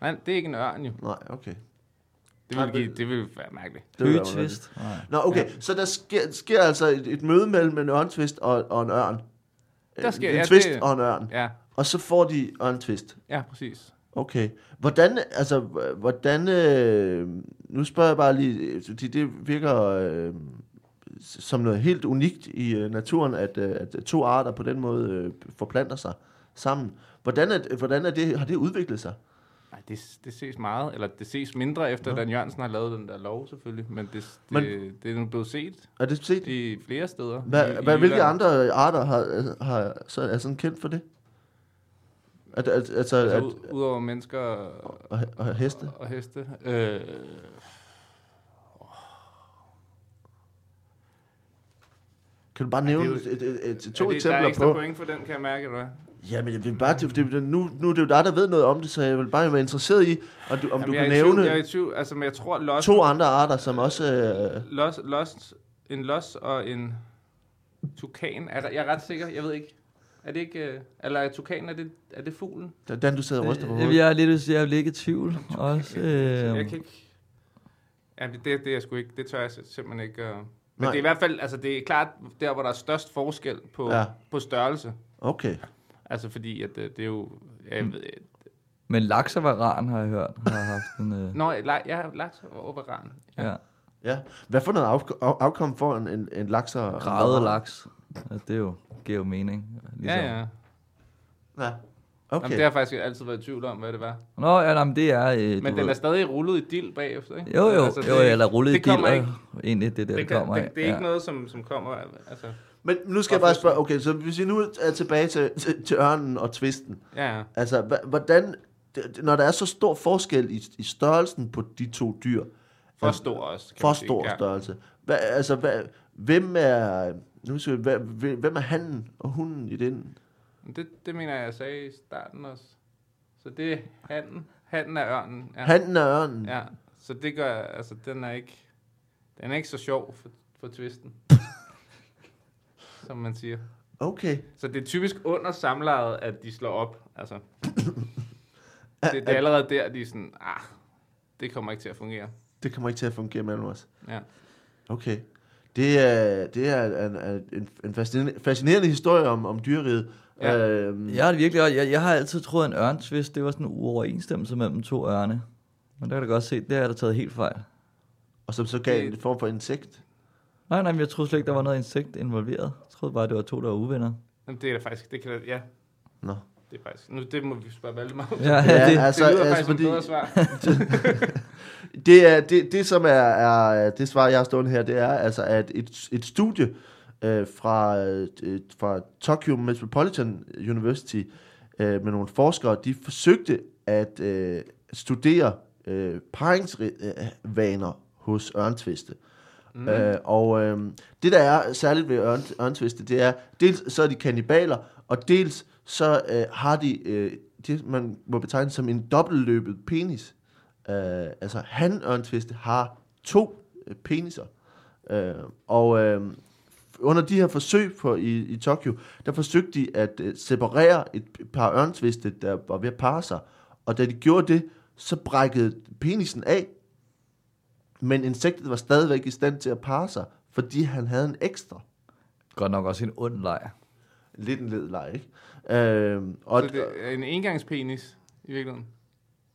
C: Nej, det er ikke en ørn jo.
A: Nej, okay.
C: Det ville, give, det ville være mærkeligt.
A: Det ville være
B: Højtvist. Nej.
A: Nå, okay. Ja. Så der sker, sker altså et, et møde mellem en ørntvist og, og en ørn.
C: Der sker-
A: en
C: ja,
A: twist
C: det-
A: og en ørn.
C: Ja,
A: Og så får de ørntvist.
C: ja præcis.
A: Okay. Hvordan, altså, h- hvordan... Øh, nu spørger jeg bare lige, fordi det virker øh, som noget helt unikt i øh, naturen, at, øh, at to arter på den måde øh, forplanter sig sammen. Hvordan, er, hvordan er det, har det udviklet sig?
C: Nej, det, det ses meget, eller det ses mindre efter, ja. Dan Jørgensen har lavet den der lov selvfølgelig, men det, det,
A: Men-
C: men, det er nu blevet set
A: Er det set?
C: i flere steder. i,
A: Hvad,
C: i
A: hvad, hvilke
C: Jylland.
A: andre arter har, har, så er sådan kendt for det? At, at, altså, at,
C: Altså, ud, udover mennesker og,
A: og, og heste?
C: og heste. Øh,
A: Kan du bare
C: det er
A: nævne
C: jo-
A: et, et, et, et, to
C: er det, der er
A: eksempler
C: ekstra
A: på?
C: point for den, kan jeg mærke, eller hvad?
A: Jamen, jeg vil bare, det, det, nu, nu er det jo dig, der ved noget om det, så jeg vil bare være interesseret i, om du, om
C: Jamen,
A: du
C: jeg
A: kan
C: er i tvivl-
A: nævne
C: Jeg er i tvivl, altså, men jeg tror, Lost,
A: to andre arter, som også... Øh,
C: lost, lost, en Lost og en Tukan. Er, der- jeg er ret sikker, jeg ved ikke. Er det ikke, øh, eller er Tukan, er det, er det fuglen?
A: Dan- Dan, du sidder og ryster på
B: Øh,
A: hovedet.
B: Jeg er lidt, jeg er lidt i tvivl også.
C: Så
B: Øh,
C: jeg kan ikke... Ja, det, det, det er jeg sgu ikke. Det tør jeg sim- simpelthen ikke. øh. Men
A: Nej.
C: Nej. det er i hvert fald, altså det er klart der, hvor der er størst forskel på,
A: Ja.
C: ja. på størrelse.
A: Okay.
C: Altså fordi, at det, det er jo... Ja,
B: Hmm.
C: Jeg ved,
B: men laksevaran har jeg hørt, har haft en... Øh,
C: Nå, jeg, jeg har lagt over varan.
B: ja,
A: Ja. Hvad for noget af, af, afkom får en, en, en laks og...
B: gravet laks. Altså, det er jo, giver jo mening. ligesom.
C: Ja, ja.
A: Ja.
C: Okay. Jamen, det
A: Okay.
C: har jeg faktisk altid været i tvivl om, hvad det var.
B: Nå, ja, jamen, det er... Øh,
C: Men
B: du
C: den
B: ved-
C: er stadig rullet i dild bagefter, ikke? Altså,
B: Jo, jo,
C: det-
B: jo, eller rullet i
C: det kommer ikke.
B: diller. Egentlig det der,
C: Det,
B: det
C: kan,
B: kommer af.
C: det, det er ikke
B: Ja.
C: noget, som, som kommer... af- Altså,
A: Men nu skal jeg bare spørge, okay, så hvis vi nu er tilbage til, til, til ørnen og tvisten.
C: ja, ja.
A: Altså, hva- hvordan, det- det- når der er så stor forskel i, i størrelsen på de to dyr,
C: For stor også. kan
A: Altså, for
C: man sige.
A: stor
C: Ja.
A: størrelse, hvad, altså, hvad, hvem er, nu skal, hvad, hvem er handen og hunden i den?
C: Men Det, det mener jeg, jeg sagde i starten også. Så det er handen. Handen er ørnen. Ja.
A: Handen og ørnen?
C: ja. Så det gør, altså den er ikke, den er ikke så sjov for, for twisten. som man siger.
A: Okay.
C: Så det er typisk under samlejet, at de slår op. Altså. Det, det er allerede der, de er sådan, ah, det kommer ikke til at fungere.
A: Det kommer ikke til at fungere mellem os.
C: Ja.
A: Okay. Det er, det er en, en, en fascinerende, fascinerende historie om, om dyreriget.
C: Ja.
A: Øhm,
B: Jeg har det virkelig også- jeg, jeg har altid troet, at en ørntvist, det var sådan en uoverensstemmelse mellem to ørne. Men der kan du godt se, det har jeg da taget helt fejl.
A: Og som så gav
C: Det-
A: en form for insekt.
B: Nej, nej, men jeg troede slet ikke, der var noget insekt involveret. Jeg troede bare, det var to, der var uvenner.
C: Jamen, det er da faktisk, det kan da- ja,
A: Nå.
C: det er faktisk. Nu, det må vi spørge Valdemar. om.
B: Ja,
A: Ja,
B: ja det,
A: altså-
C: det lyder faktisk
A: fordi-
C: som et bedre svar.
A: Det, er, det, det som er, er det svar, jeg har stående her, det er altså, at et, et studie øh, fra, øh, et- fra Tokyo Metropolitan University øh, med nogle forskere, de forsøgte at øh, studere øh, paringsvaner hos ørntviste. Mm. Øh, og øh, det, der er særligt ved ørn, ørntviste, det er, dels så er de kannibaler, og dels så øh, har de øh, det, man må betegne som en dobbeltløbet penis. Øh, altså, han ørntviste har to øh, peniser. Øh, og øh, under de her forsøg på, i, i Tokyo, der forsøgte de at øh, separere et par ørntviste, der var ved at parre sig. Og da de gjorde det, så brækkede penisen af, men insektet var stadigvæk i stand til at parre sig, fordi han havde en ekstra.
B: godt nok også en ond lejr.
A: Lidt en led leg, ikke? Øhm, og
C: Så det er en engangspenis, i virkeligheden.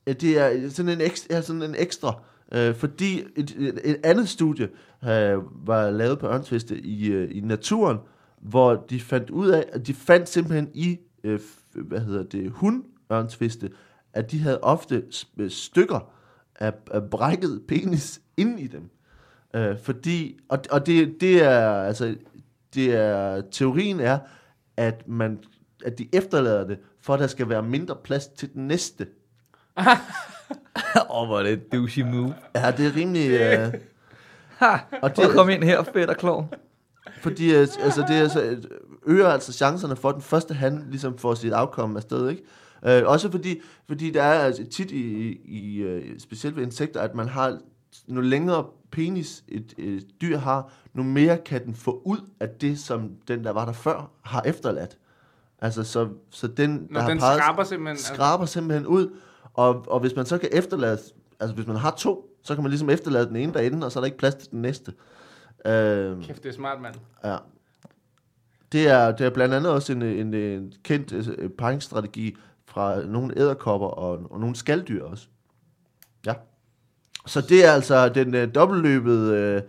A: Ja, det er sådan en ekstra, ja, sådan en ekstra øh, fordi et, et, et andet studie øh, var lavet på ørntviste i, øh, i naturen, hvor de fandt ud af, at de fandt simpelthen i, øh, f- hvad hedder det, hundørntviste, at de havde ofte s- øh, stykker af, af brækket penis inde i dem. Øh, fordi, og, og det, det er, altså, det er, teorien er, at man, at de efterlader det, for at der skal være mindre plads til den næste.
B: Åh, oh, hvor er det et douchey move.
A: Ja, det er rimelig... Øh,
B: Ha!
A: Og
B: Og
A: det-
B: det kom ind her, fedt og klog.
A: fordi øh, altså, det er, så, øh, øger altså chancerne for, at den første han ligesom får sit afkom afsted, ikke? Øh, også fordi, fordi der er altså, tit i, i øh, specielt ved insekter, at man har nu længere penis et, et dyr har, nu mere kan den få ud af det, som den, der var der før, har efterladt. Altså, så, så den, der
C: Når
A: har
C: den
A: peget-
C: skraber simpelthen... altså-
A: skraber simpelthen ud, og, og hvis man så kan efterlade, altså hvis man har to, så kan man ligesom efterlade den ene derinde, og så er der ikke plads til den næste. Øh,
C: Kæft, det er smart, mand.
A: ja. Det er, det er blandt andet også en, en, en kendt øh, paringsstrategi fra nogle æderkopper og, og nogle skalddyr også. Ja. Så det er altså den øh, dobbeltløbede, øh,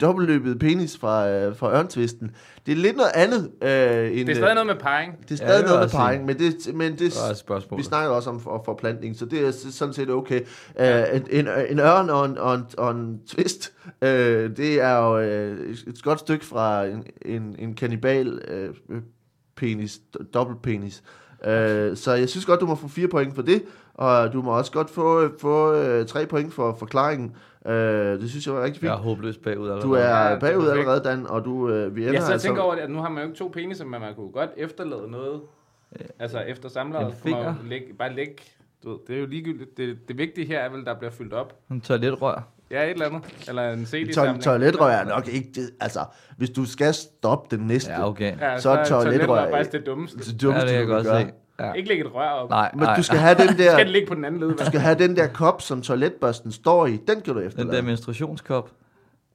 A: dobbeltløbet penis fra, øh, fra ørntvisten. Det er lidt noget andet øh, end...
C: Det er stadig noget med parring.
A: det er
B: Ja,
A: stadig
B: det
A: ja,
B: vil
A: noget
B: jeg
A: med
B: også
A: parring, men det, men det,
B: Det var et spørgsmål.
A: vi snakker også om for- forplantning, så det er s- sådan set okay. Uh, en, en, en ørn og en, og en, og en twist, uh, det er jo uh, et godt stykke fra en, en, en kannibal uh, penis, do- dobbeltpenis. Uh, så jeg synes godt, du må få fire point for det, og du må også godt få, få uh, tre point for forklaringen. Uh, det synes jeg var rigtig fint.
B: Jeg er håbløst bagud allerede.
A: Du er
C: Ja,
A: bagud
C: perfekt.
A: allerede, Dan, og du, øh, vi ender
C: Jeg sidder og
A: altså-
C: tænker over det, at nu har man jo ikke to peniser, men man kunne godt efterlade noget.
A: Øh,
C: Altså efter
B: En
C: samlejet, kunne man jo
B: finger.
C: lægge, bare lægge. Du ved, det er jo ligegyldigt. Det, det vigtige her er vel, der bliver fyldt op.
B: En toiletrør.
C: Ja, et eller andet. Eller en
A: Toil-
C: CD-samling.
A: Toiletrør er nok ikke det. Altså, hvis du skal stoppe den næste,
B: Ja, okay. Ja,
C: ja,
A: så er
C: et
A: toiletrør
C: toiletrør
A: ikke-
C: faktisk det dummeste.
A: det dummeste,
B: det kan jeg
A: du kan
B: godt
A: gøre.
B: se. Ja.
C: Ikke lægge et rør op.
B: Nej,
A: Men
B: nej,
A: du skal have den
C: Skal det
A: der,
C: ligge på den anden led?
A: du
C: hva'?
A: skal have den der kop, som toiletbørsten står i. Den kan du
B: Den der
A: efterlade.
B: menstruationskop.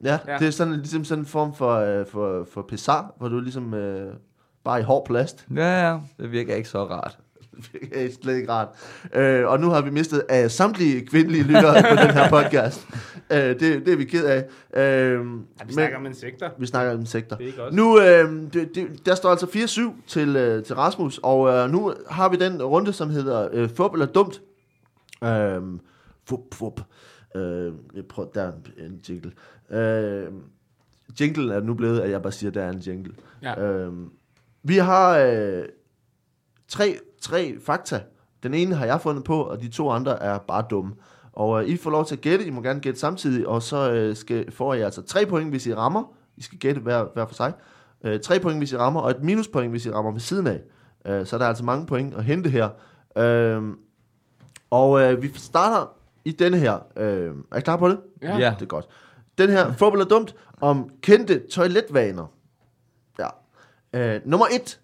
A: Ja,
C: Ja.
A: det er sådan, ligesom sådan en form for, øh, for, for pissar, hvor du ligesom øh, bare er i hård plast.
B: Ja, ja. Det virker ikke så rart.
A: Det er slet ikke rart. Øh, og nu har vi mistet øh, samtlige kvindelige lyttere på den her podcast. Øh, det, det er vi ked af. Øh,
C: Ja, vi
A: men-
C: snakker om insekter.
A: vi snakker om sektor.
C: Det er ikke os.
A: Nu, øh, det, det, der står altså 4-7 til, øh, til Rasmus, og øh, nu har vi den runde, som hedder øh, fup eller dumt. Øh, fup, fup. Øh, jeg prøver, der er en- en jingle. Øh, jingle er nu blevet, at jeg bare siger, at der er en jingle.
C: Ja.
A: Øh, vi har øh, tre, tre fakta. Den ene har jeg fundet på, og de to andre er bare dumme. Og øh, I får lov til at gætte, I må gerne gætte samtidig, og så øh, skal, får I altså tre point, hvis I rammer. I skal gætte hver, hver for sig. Øh, tre point, hvis I rammer, og et minuspoint, hvis I rammer ved siden af. Øh, så er der altså mange point at hente her. Øh, og øh, vi starter i denne her. Øh, er I klar på det?
C: Ja.
B: Ja.
A: Det er godt. Den her, fodbold er dumt, om kendte toiletvaner. Ja. Øh, nummer et.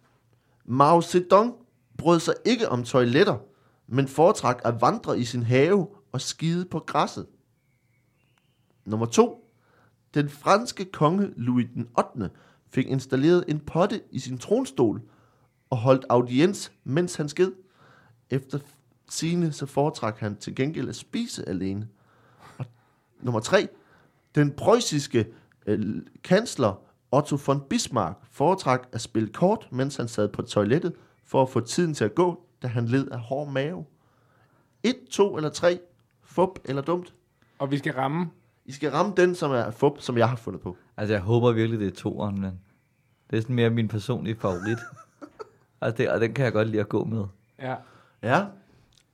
A: Mao Zedong brød sig ikke om toiletter, men foretrak at vandre i sin have og skide på græsset. Nummer to. Den franske konge Louis den 8. fik installeret en potte i sin tronstol og holdt audiens, mens han sked. Efter sine så foretrak han til gengæld at spise alene. Nummer 3. Den preussiske øh, kansler Otto von Bismarck foretrak at spille kort, mens han sad på toilettet, for at få tiden til at gå, da han led af hård mave. 1, 2 eller 3. Fup eller dumt.
C: Og vi skal ramme.
A: I skal ramme den, som er fup, som jeg har fundet på.
B: Altså, jeg håber virkelig, det er toeren, men det er sådan mere min personlige favorit. altså, det, og den kan jeg godt lide at gå med.
C: Ja.
A: Ja.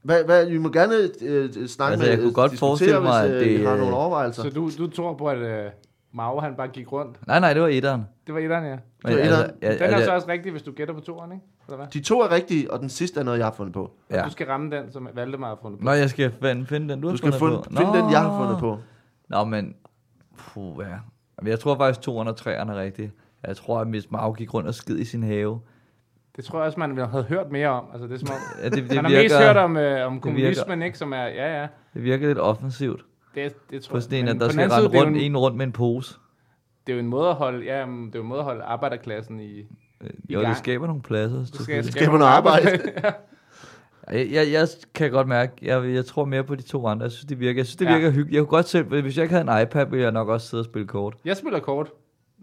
A: Hvad, hvad, vi må gerne øh, snakke
B: Altså,
A: med,
B: jeg kunne
A: øh,
B: godt
A: diskutere,
B: forestille mig,
A: hvis,
B: at det,
A: vi har
B: øh,
A: nogle overvejelser.
C: Så du, du tror på, at øh, Mao han bare gik rundt.
B: Nej, nej, det var etteren.
C: Det var etteren, ja.
A: Det var
B: altså,
A: etteren.
B: jeg,
C: Den er
B: altså,
C: så også rigtig, hvis du gætter på toeren, ikke? Eller hvad?
A: De to er rigtige, og den sidste er noget, jeg har fundet på.
B: ja.
C: Du skal ramme den, som Valdemar har fundet på.
B: Nå, jeg skal finde, finde den, du,
A: Du
B: har
A: skal
B: fundet
A: finde,
B: på.
A: finde
B: Nå.
A: den, jeg har fundet på.
B: Nå, men... Puh, ja. Jamen, Jeg tror faktisk, toeren og treeren er rigtige. Jeg tror, at Miss Mau gik rundt og skid i sin have.
C: Det tror jeg også, man havde hørt mere om. Altså, det er som om,
B: Ja, det, det,
C: man har mest hørt
B: virker,
C: om, øh, om kommunismen,
B: virker.
C: ikke? Som er, ja, ja.
B: det virker lidt offensivt.
C: Det, det tror
B: På sådan en,
C: men
B: at der
C: den
B: skal
C: anden
B: rende
C: side,
B: rundt,
C: det er jo en,
B: en rundt med en pose.
C: det er jo en måde at holde, ja, men det er jo en måde at holde arbejderklassen i...
B: Øh,
C: I
B: Jo, det
C: gang.
B: skaber nogle pladser.
C: Det skal,
B: selvfølgelig.
A: skaber noget arbejde.
B: Jeg, jeg, jeg kan godt mærke, jeg, jeg tror mere på de to andre. Jeg synes, det virker, jeg synes, det
C: Ja.
B: virker hyggeligt. Jeg kunne godt selv, hvis jeg ikke havde en iPad, ville jeg nok også sidde og spille kort.
C: jeg spiller kort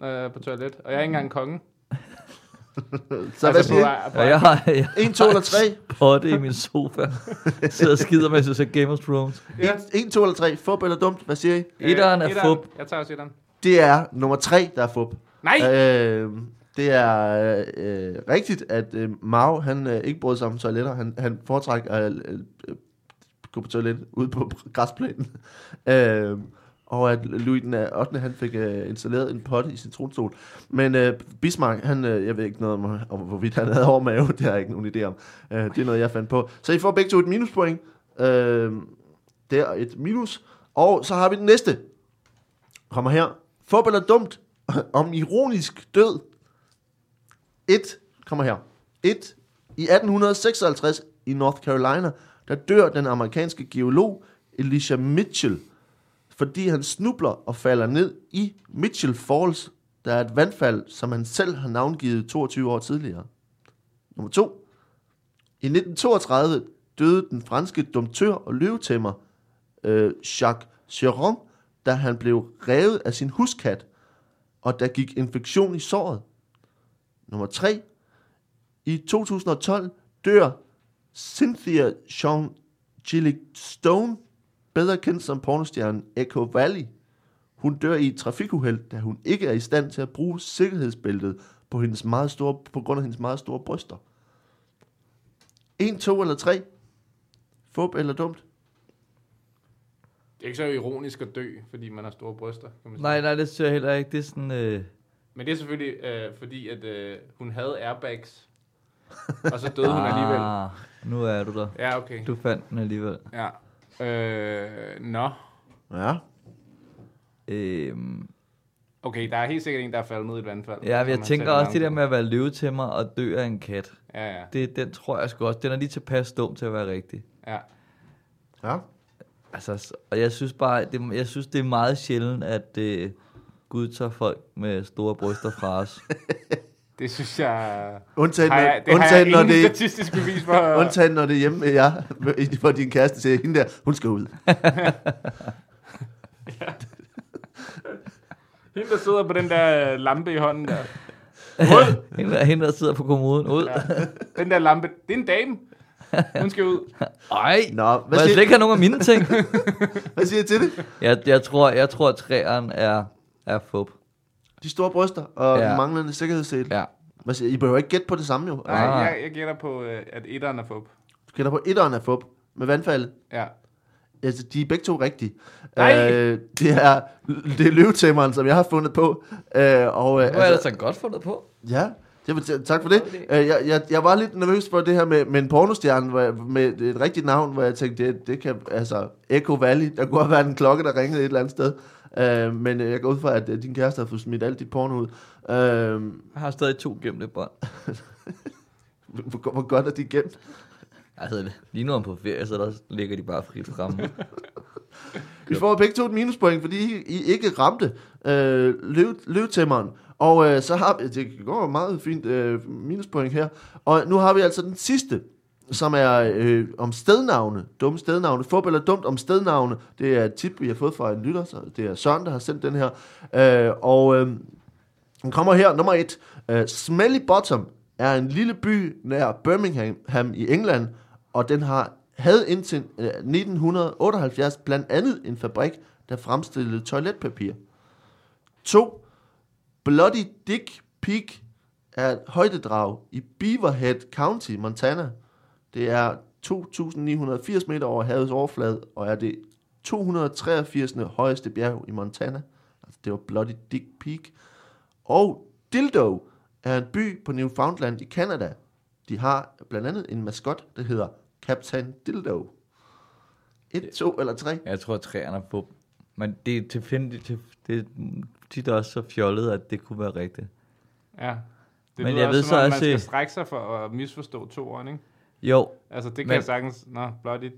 C: øh, på toilet, og jeg er ikke engang konge.
A: Så
C: Altså,
A: hvad siger I?
C: på, på,
B: Og jeg har, jeg
A: 1, 2 eller 3?
B: har potte i min sofa. Jeg sidder og skider, mens jeg ser Game of Thrones.
C: Ja.
A: 1, 2 eller 3. Fup eller dumt? Hvad siger I?
C: øh,
B: Etteren er fup.
C: Jeg tager også etteren.
A: Det er nummer 3, der er fup.
C: Nej!
A: Øh, det er øh, øh, rigtigt, at øh, Mao, han øh, ikke brød sig om toiletter. Han, han foretræk at øh, øh, gå på toilettet ude på græsplænen. øh, og at Louis den 8. han fik øh, installeret en potte i sin tronstol. Men øh, Bismarck, han, øh, jeg ved ikke noget om, om, hvorvidt han havde hård mave. Det har jeg ikke nogen idé om. Øh, det er noget, jeg fandt på. Så I får begge to et minuspoint. Øh, der er et minus. Og så har vi den næste. Kommer her. Fup eller dumt om ironisk død. 1. Kommer her. 1. I 1856 i North Carolina, der dør den amerikanske geolog Elisha Mitchell, fordi han snubler og falder ned i Mitchell Falls, der er et vandfald, som han selv har navngivet 22 år tidligere. Nummer 2. I 1932 døde den franske domtør og løvetæmmer øh, Jacques Chiron, da han blev revet af sin huskat og der gik infektion i såret. Nummer 3. I 2012 dør Cynthia Sean Gillick Stone, bedre kendt som pornostjernen Echo Valley. Hun dør i et trafikuheld, da hun ikke er i stand til at bruge sikkerhedsbæltet på, hendes meget store, på grund af hendes meget store bryster. 1, 2 eller 3. Fup eller dumt?
C: Det er ikke så ironisk at dø, fordi man har store bryster. Kan man sige.
B: Nej, nej, det synes jeg heller ikke. Det er sådan... Øh,
C: Men det er selvfølgelig øh, fordi, at øh, hun havde airbags, og så døde hun alligevel.
B: Ah, nu er du der.
C: Ja, okay.
B: Du fandt den alligevel.
C: Ja. Øh, nå.
A: Ja.
B: Øhm,
C: Okay, der er helt sikkert en, der er faldet ned i et vandfald.
B: ja, men
C: som
B: jeg
C: har
B: tænker
C: talt
B: også det der
C: navn
B: med at være løvetemmer og dø af en kat.
C: på. Ja, ja.
B: Det, den tror jeg sgu også. Den er lige tilpas dum til at være rigtig.
C: ja.
A: Ja.
B: Altså, s- og jeg synes bare, det, jeg synes, det er meget sjældent, at øh, Gud tager folk med store bryster fra os.
C: Det synes jeg...
A: Undtagen,
C: har jeg,
A: når-
C: det har jeg
A: undtagen, når
C: ingen
A: det,
C: statistisk bevis for.
A: Undtagen når det er hjemme med jer, hvor din kæreste siger, hende der, hun skal ud.
C: Hende, der sidder på den der øh, lampe i hånden der.
B: hende, der- hende, der sidder på kommoden ud.
C: Ja. Den der lampe, det er en dame. Hun skal ud.
B: Ej,
A: Nå,
B: må
A: hvad
B: jeg slet
A: siger,
B: ikke have nogen af mine ting?
A: hvad siger I til det?
B: Jeg, jeg tror, jeg tror træeren er, er fup.
A: De store bryster og
B: Ja.
A: ja. manglende sikkerhedssel. Ja.
B: Ja.
A: Hvad siger, I? I behøver ikke gætte på det samme jo.
C: Nej,
A: Altså,
B: Ah.
C: jeg, jeg gætter på, øh, at etteren er fup.
A: Du gætter på etteren af fup med vandfaldet.
C: Ja.
A: Altså, de er begge to rigtige.
C: Nej!
A: Øh, det er, det er løvetæmmeren, som jeg har fundet på. Øh, og, øh,
B: Nu er der så godt fundet på.
A: Ja, det var, tak for det.
B: God idé.
A: Øh, Jeg, jeg, jeg var lidt nervøs for det her med, med en pornostjerne, hvor jeg, med et rigtigt navn, hvor jeg tænkte, det, det kan, altså, Echo Valley, der kunne have været en klokke, der ringede et eller andet sted. Øh, men øh, jeg går ud fra, at øh, din kæreste har fået smidt alt dit porno ud. Øh,
B: Jeg har stadig to gemte bånd.
A: hvor, hvor godt er de gemt?
B: Altså, lige nu er han på ferie, så der ligger de bare frit fremme.
A: Vi får begge to et minuspoint, fordi I, I ikke ramte øh, løv, løvtæmmeren. Og øh, så har vi, det går meget fint øh, minuspoint her. Og nu har vi altså den sidste, som er øh, om stednavne. Dumme stednavne. Fup eller dumt om stednavne. Det er et tip, vi har fået fra en lytter. Så det er Søren, der har sendt den her. Øh, og øh, den kommer her, nummer et. Øh, Smelly Bottom er en lille by nær Birmingham ham i England, og den har havde indtil øh, 1978 blandt andet en fabrik, der fremstillede toiletpapir. 2. Bloody Dick Peak er et højdedrag i Beaverhead County, Montana. Det er 2.980 meter over havets overflade, og er det 283. højeste bjerg i Montana. Altså, det var Bloody Dick Peak. Og Dildo er en by på Newfoundland i Canada. De har blandt andet en maskot, der hedder Captain Dildo. Et, to eller tre.
B: Jeg tror, træerne er fup. Men det er tilfældigt, til- det er tit også så fjollet, at det kunne være rigtigt.
C: Ja. Det
B: Men
C: lyder
B: jeg
C: også,
B: ved
C: som
B: så
C: om, man
B: også-
C: skal strække sig for at misforstå toeren, ikke?
B: Jo,
C: Altså, det kan
B: Men-
C: Men... jeg sagtens... Nå, bloody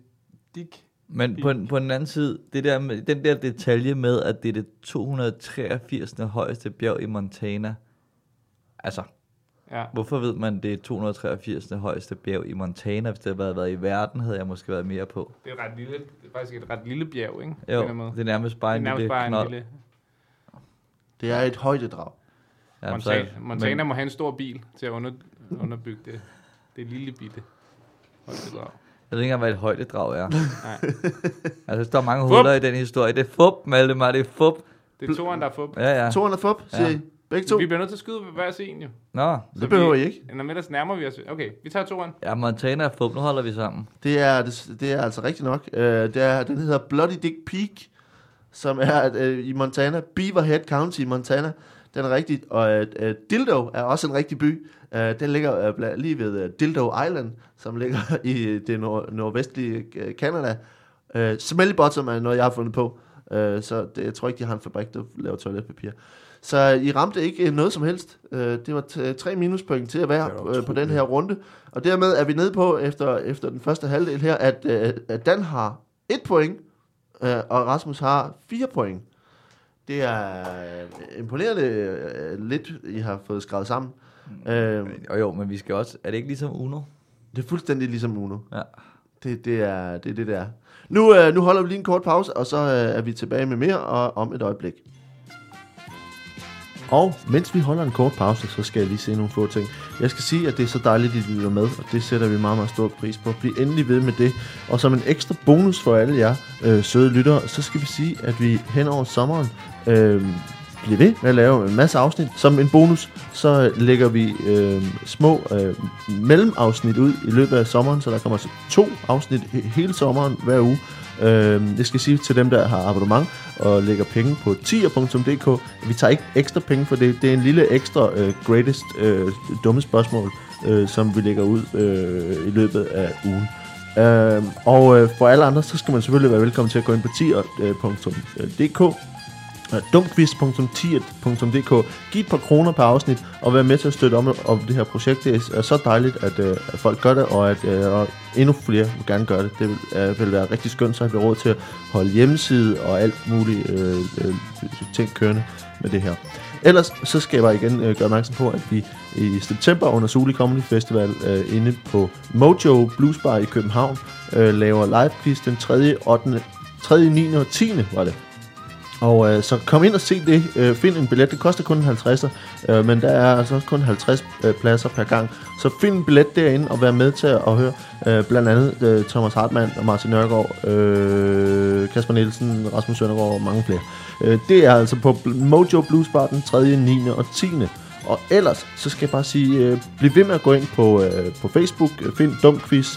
C: dick.
B: men på, en- på den anden side, det der med, den der detalje med, at det er det 283. højeste bjerg i Montana. Altså,
C: Ja.
B: hvorfor ved man, det er 283. højeste bjerg i Montana? Hvis det havde været- været i verden, havde jeg måske været mere på.
C: Det er, ret lille, det er faktisk et ret lille bjerg, ikke? På en
B: Jo,
C: eller anden måde.
B: det er nærmest
C: det
B: bare
C: er
B: en
C: nærmest
B: lille
C: bare
B: knold.
C: en lille...
A: Det er et højdedrag.
B: Ja, så-
C: Montana, Montana
B: men-
C: må have en stor bil til at under, underbygge det. Det er lille bitte. Hold det op.
B: Jeg ved ikke engang, hvad et højdedrag er.
C: Nej.
B: Altså, der er mange huller i den historie. Det er fup, Maldemar, det er fup.
C: Det er toeren, der er fup.
B: Ja, ja.
A: Ja. 200 fup, siger
B: Ja.
A: I. Begge to.
C: Vi bliver nødt til at skyde på hver sin, jo.
B: Nå,
A: Det behøver
C: vi-
A: I ikke.
C: Når ellers nærmer vi os. Okay, vi tager toeren.
B: ja, Montana er fup. Nu holder vi sammen.
A: Det er, det, det er altså rigtigt nok. Øh, det er, den hedder Bloody Dick Peak, som er øh, i Montana. Beaverhead County i Montana. Den er rigtig. Og øh, øh, Dildo er også en rigtig by. Øh, den ligger øh, bla- lige ved øh, Dildo Island, som ligger i øh, det nord- nordvestlige øh, Canada. Øh, Smelly Bottom er noget, jeg har fundet på. Øh, så det, jeg tror ikke, de har en fabrik, der laver toiletpapir. Så I ramte ikke øh, noget som helst. Øh, det var t- tre minuspoint til at være øh, på den her runde. Og dermed er vi nede på, efter, efter den første halvdel her, at, øh, at Dan har et point, øh, og Rasmus har fire point. Det er øh, imponerende øh, lidt, I har fået skrevet sammen. Øh,
B: Jo, jo, men vi skal også... Er det ikke ligesom Uno?
A: det er fuldstændig ligesom Uno.
B: Ja.
A: Det, det, er, det er det, det er. Nu, øh, nu holder vi lige en kort pause, og så øh, er vi tilbage med mere og, om et øjeblik. Og mens vi holder en kort pause, så skal jeg lige se nogle få ting. Jeg skal sige, at det er så dejligt, at I lytter med, og det sætter vi meget, meget stor pris på. Bliv endelig ved med det. Og som en ekstra bonus for alle jer øh, søde lyttere, så skal vi sige, at vi hen over sommeren øh, bliver ved med at lave en masse afsnit. Som en bonus, så lægger vi øh, små øh, mellemafsnit ud i løbet af sommeren, så der kommer altså to afsnit he- hele sommeren hver uge. Øh, det skal sige til dem, der har abonnement og lægger penge på tier.dk. Vi tager ikke ekstra penge for det. Det er en lille ekstra øh, greatest øh, dumme spørgsmål, øh, som vi lægger ud øh, i løbet af ugen. Øh, og øh, for alle andre, så skal man selvfølgelig være velkommen til at gå ind på øh, tier.dk dumquiz.tiet.dk Giv et par kroner per afsnit og vær med til at støtte om, om det her projekt. Det er så dejligt, at, øh, at folk gør det, og at øh, og endnu flere vil gerne gøre det. Det vil, øh, vil være rigtig skønt, så har vi råd til at holde hjemmeside og alt muligt øh, øh, ting kørende med det her. Ellers så skal jeg bare igen øh, gøre opmærksom på, at vi i september under Soli Comedy Festival øh, inde på Mojo Blues Bar i København øh, laver live quiz den 3., 8., 3., 9. og 10. var det. Og øh, så kom ind og se det. Øh, find en billet. Det koster kun 50, øh, men der er altså kun 50 øh, pladser per gang. Så find en billet derinde og vær med til at høre øh, blandt andet øh, Thomas Hartmann og Martin Nørgaard, øh, Kasper Nielsen, Rasmus Søndergaard og mange flere. Øh, det er altså på Bl- Mojo Blues Bar den 3., 9. og 10. Og ellers, så skal jeg bare sige, øh, bliv ved med at gå ind på, øh, på Facebook, øh, find Dumquiz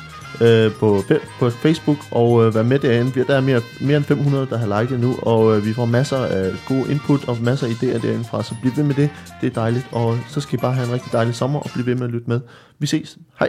A: øh, på, fe- på Facebook, og øh, vær med derinde. Vi- Der er mere, mere end 500, der har liket nu, og øh, vi får masser af gode input og masser af idéer derinde fra, så bliv ved med det. Det er dejligt, og så skal I bare have en rigtig dejlig sommer, og bliv ved med at lytte med. Vi ses. Hej.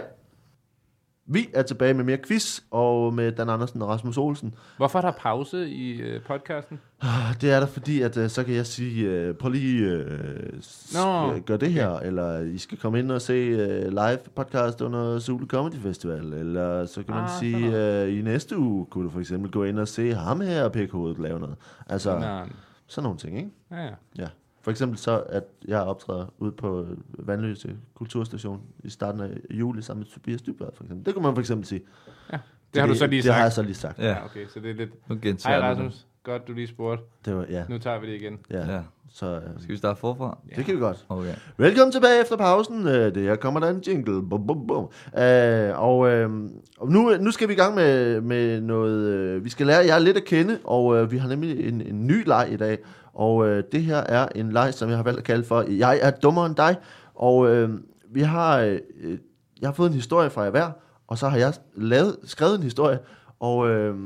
A: Vi er tilbage med mere quiz, og med Dan Andersen og Rasmus Olsen.
C: Hvorfor er der pause i øh, podcasten?
A: Ah, Det er der fordi, at øh, så kan jeg sige, øh, prøv lige øh, s-
C: Nå,
A: øh, gør det her, eller I skal komme ind og se øh, live podcast under Zulu Comedy Festival, eller så kan man
C: Ah,
A: sige, øh, i næste uge kunne du for eksempel gå ind og se ham her og pikke hovedet lave noget. Altså, Nå.
C: Nå,
A: sådan nogle ting, ikke?
C: ja, ja.
A: Ja. For eksempel så, at jeg optræder ude på Vandløse Kulturstation i starten af juli sammen med Tobias Dybvad, for eksempel. Det kunne man for eksempel sige.
C: Det har du så lige
A: det
C: sagt.
A: har jeg så lige sagt.
B: Ja,
C: Ja, okay, så det er lidt...
B: nu
C: Hej
B: gentager jeg det.
C: Rasmus, godt du lige spurgte.
A: Det var, ja.
C: Nu tager vi det igen.
A: ja.
B: Ja.
A: Så øh,
B: Skal vi starte forfra?
A: det kan vi godt.
B: Okay.
A: Velkommen tilbage efter pausen. Øh, Det her kommer der en jingle. Bum, bum, bum. Øh, og øh, og nu, nu skal vi i gang med, med noget... Øh, vi skal lære jer lidt at kende, og øh, vi har nemlig en, en ny leg i dag. Og øh, det her er en leg, som jeg har valgt at kalde for Jeg er dummere end dig. Og øh, vi har, øh, øh, jeg har fået en historie fra jer hver, og så har jeg lavet, skrevet en historie. Og øh,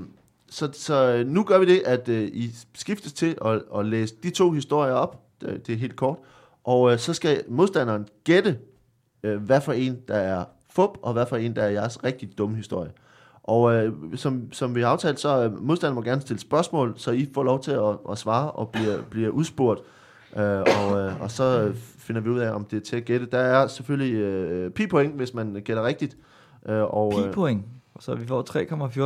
A: så, så øh, nu gør vi det, at øh, I skiftes til at, at læse de to historier op. Det, det er helt kort. Og øh, så skal modstanderen gætte, øh, hvad for en, der er fup, og hvad for en, der er jeres rigtig dumme historie. Og øh, som, som vi har aftalt, så øh, modstanderen må gerne stille spørgsmål, så I får lov til at, at svare og bliver, bliver udspurgt. Øh, og, øh, og så øh, finder vi ud af, om det er til at gætte. Der er selvfølgelig øh, pi-point, hvis man gætter rigtigt. Øh, og, øh,
B: Pi-point. Så vi får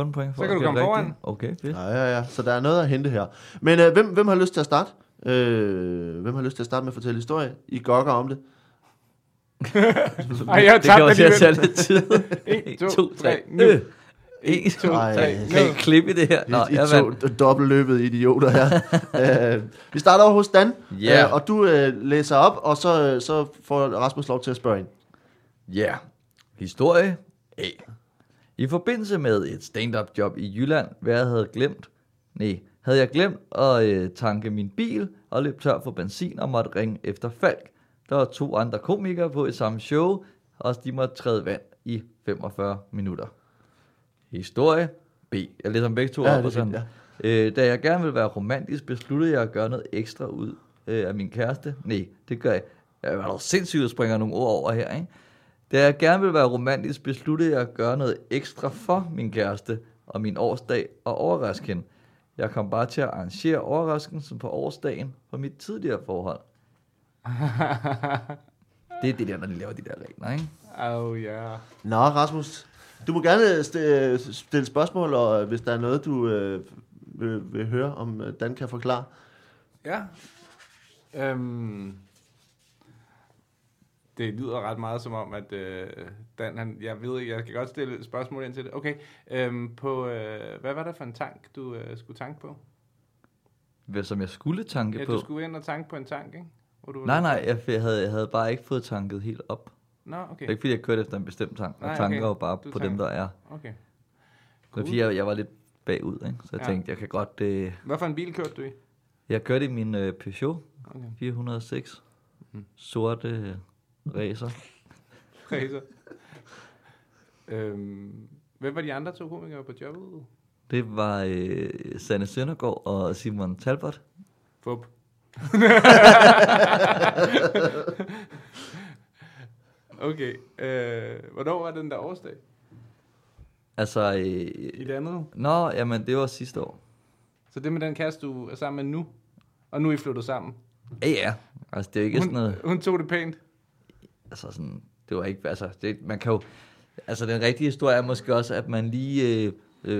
B: 3,14 point. For
C: Så kan
B: at
C: du
B: gætte
C: komme
B: rigtigt.
C: foran.
B: Okay, fedt.
A: Ja, ja, ja. Så der er noget at hente her. Men øh, hvem, hvem har lyst til at starte? Øh, hvem har lyst til at starte med at fortælle historie? I gokker om det.
C: Ej, jeg har
B: Det kan
C: tabt
B: også jeg
C: alligevel.
B: tage lidt tid. Øh. 1, 2, 3,
C: nu.
B: 1, 2,
A: Ej,
B: 3.
A: nu.
B: Kan I klippe det her?
A: I,
B: Nå,
A: I
B: jeg vandt.
A: to dobbeltløbede idioter her. øh, vi starter over hos Dan.
B: Ja.
A: Øh, og du øh, læser op, og så, øh, så får Rasmus lov til at spørge ind.
B: Ja. Yeah. Historie A. I forbindelse med et stand-up job i Jylland, hvad jeg havde glemt, nej, havde jeg glemt at øh, tanke min bil og løb tør for benzin og måtte ringe efter Falk. Der var to andre komikere på et samme show, og de måtte træde vand i 45 minutter. Historie B. Jeg læser dem begge to
A: Ja, det
B: op
A: er
B: og sådan.
A: fint,
B: Øh, da jeg gerne ville være romantisk, besluttede jeg at gøre noget ekstra ud øh, af min kæreste. Nej, det gør jeg. Jeg er da sindssygt, at springer nogle ord over her, ikke? Da jeg gerne ville være romantisk, besluttede jeg at gøre noget ekstra for min kæreste og min årsdag og overraske hende. Jeg kom bare til at arrangere overraskelsen på årsdagen for mit tidligere forhold. Det er det der, når de laver de der regler, ikke?
C: Au, ja.
A: Nå, Rasmus. Du må gerne øh, st- stille spørgsmål, og øh, hvis der er noget, du øh, vil, vil høre, om øh, Dan kan forklare.
C: Ja. Øhm, det lyder ret meget som om, at øh, Dan, han, jeg ved ikke, jeg kan godt stille et spørgsmål ind til det. Okay, øhm, på, øh, hvad var det for en tank, du øh, skulle tanke på?
B: Hvad som jeg skulle tanke
C: Ja,
B: på.
C: du skulle ind og tanke på en tank, ikke? Hvor du
B: Nej, nej, jeg, jeg, havde, jeg havde bare ikke fået tanket helt op.
C: Nå, okay.
B: Det er ikke, fordi jeg kørte efter en bestemt tank, og
C: Nej,
B: tanker
C: okay.
B: jo bare
C: Du
B: på dem,
C: tanker.
B: der er.
C: okay.
B: Cool. Fordi jeg, jeg var lidt bagud, ikke? så jeg
C: Ja.
B: ja. tænkte, jeg kan godt... Øh...
C: Hvad for en bil kørte du i?
B: Jeg kørte i min øh, Peugeot
C: Okay.
B: 406
C: Mm.
B: sorte øh, racer.
C: Racer. øhm, hvem var de andre to komikere på jobbet?
B: Det var øh, Sanne Søndergaard og Simon Talbot.
C: Fup. okay. Øh, hvornår var den der årsdag?
B: Altså, øh,
C: I det andet?
B: nå, jamen det var sidste år.
C: Så det med den kæreste, du er sammen med nu, og nu er I flyttet sammen.
B: Ja, ja. Altså, det er jo ikke sådan noget...
C: hun tog det pænt.
B: Altså, sådan, det var ikke... Altså, det, man kan jo... Altså, den rigtige historie er måske også, at man lige øh,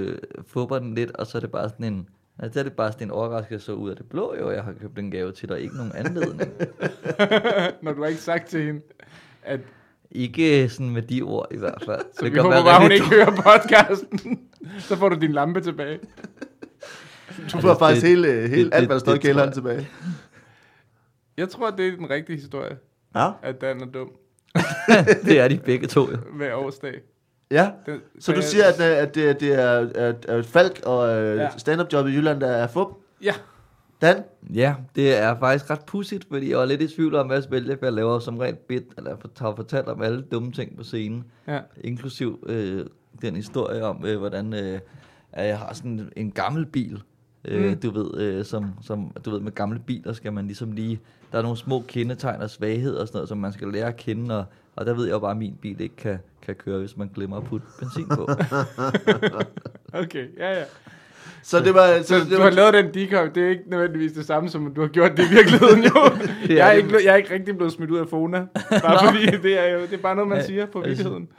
B: øh, fupper den lidt, og så er det bare sådan en... Altså, der er det bare sådan en overraskelse ud af det blå, jo. Jeg har købt en gave til dig, ikke nogen anledning.
C: Når du har ikke sagt til hende, at ikke
B: ikke øh, sådan med de ord, i hvert fald.
C: så det vi
B: kan
C: håber
B: være
C: bare, hun
B: rigtig
C: ikke hører podcasten. så får du din lampe tilbage.
A: Du får faktisk
B: Altså, det-
A: hele, øh, hele
B: det-
A: alt, hvad der
B: det-
A: står i
B: det tror
A: kælderen
B: jeg.
A: tilbage.
C: Jeg tror, det er den rigtige historie,
A: Ja.
C: at Dan er dum
B: det er de begge to, jo.
C: hver årsdag.
A: Ja.
C: Den,
A: Så du
C: jeg-
A: siger, at, øh, at det, det er at, at Falk og øh,
C: Ja.
A: stand-up job i Jylland, der er fup.
C: Ja,
A: Dan?
B: Ja, det er faktisk ret pudsigt, fordi jeg var lidt i tvivl om, hvad Svendlef jeg laver som rent bit, eller for- har fortalt om alle dumme ting på scenen,
C: ja.
B: inklusiv øh, den historie om, øh, hvordan øh, at jeg har sådan en gammel bil, øh,
C: Mm.
B: du ved, øh, som, som, du ved, med gamle biler skal man ligesom lige, der er nogle små kendetegn og svagheder og sådan noget, som man skal lære at kende, og, og der ved jeg jo bare, at min bil ikke kan, kan køre, hvis man glemmer at putte benzin på.
C: Okay, ja, ja.
A: Så det var... Så,
C: Så
A: det
C: du
A: var
C: har lavet den decom, det er ikke nødvendigvis det samme, som du har gjort det i virkeligheden jo.
B: Det er
C: jeg, er
B: det.
C: ikke, blevet- jeg er ikke rigtig blevet smidt ud af Fona, bare fordi det er jo det er bare noget, man
B: Ja,
C: siger på
B: altså,
C: virkeligheden.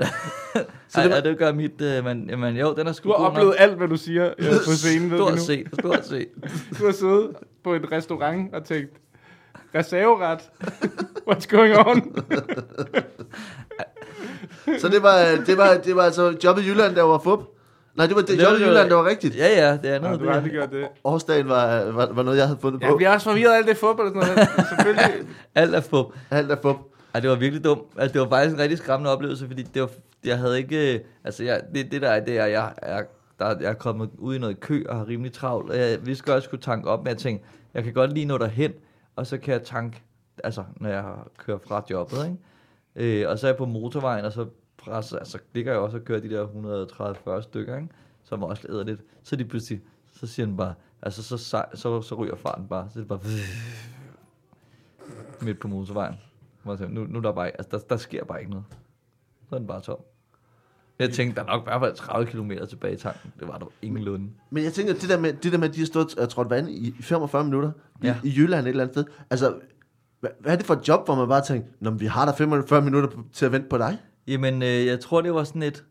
B: Så det, Ej, og det gør mit, øh, men, men jo, den er sgu
C: Du har
B: god nok.
C: oplevet alt, hvad du siger øh, på scenen, ved vi
B: Stort
C: nu.
B: set, stort set.
C: Du har siddet på et restaurant og tænkt, reserveret, what's going on?
A: så det var, øh, det var, det var altså job i Jylland, der var fup. Nej, det var det,
B: Det
A: job i
B: var-
A: Jylland, der var rigtigt.
B: Ja, ja, det er
C: Nå,
B: noget.
C: du har aldrig gjort det.
A: Årsdagen var, var, var noget, jeg havde fundet
C: Jeg
A: på.
C: bliver også forvirret af alt det fodbold og sådan noget. Selvfølgelig.
B: Alt er fup.
A: Alt er fup.
B: Ej, det var virkelig dumt. Altså, det var faktisk en rigtig skræmmende oplevelse, fordi det var, jeg havde ikke... øh, Altså, jeg, det, det der er, det er, jeg, jeg, der, jeg er kommet ud i noget kø og har rimelig travlt. og Jeg vidste godt, jeg skulle tanke op, men jeg tænkte, jeg kan godt lige nå derhen, og så kan jeg tanke, altså, når jeg kører fra jobbet, ikke? Øh, og så er jeg på motorvejen, og så presser, altså, ligger jeg også og kører de der 130-40 stykker, ikke? Som også æder lidt. Så lige pludselig, så siger den bare, altså, så, så, så, så ryger farten bare. Så er det bare midt på motorvejen. Hvor jeg tænkte, Nu, nu er der bare, altså, der, der sker bare ikke noget. Så er den bare tom. Jeg tænkte, der er nok i hvert fald 30 km tilbage i tanken. Det var der ingenlunde.
A: Men jeg tænker, det der med, det der med at de har stået og trådt vand i i 45 minutter ja.
B: Ja.
A: i, i Jylland et eller andet sted. Altså, hvad, hvad er det for et job, hvor man bare tænker, Nå, men vi har da 45 minutter på- til at vente på dig?
B: Jamen, øh, jeg tror, det var sådan et...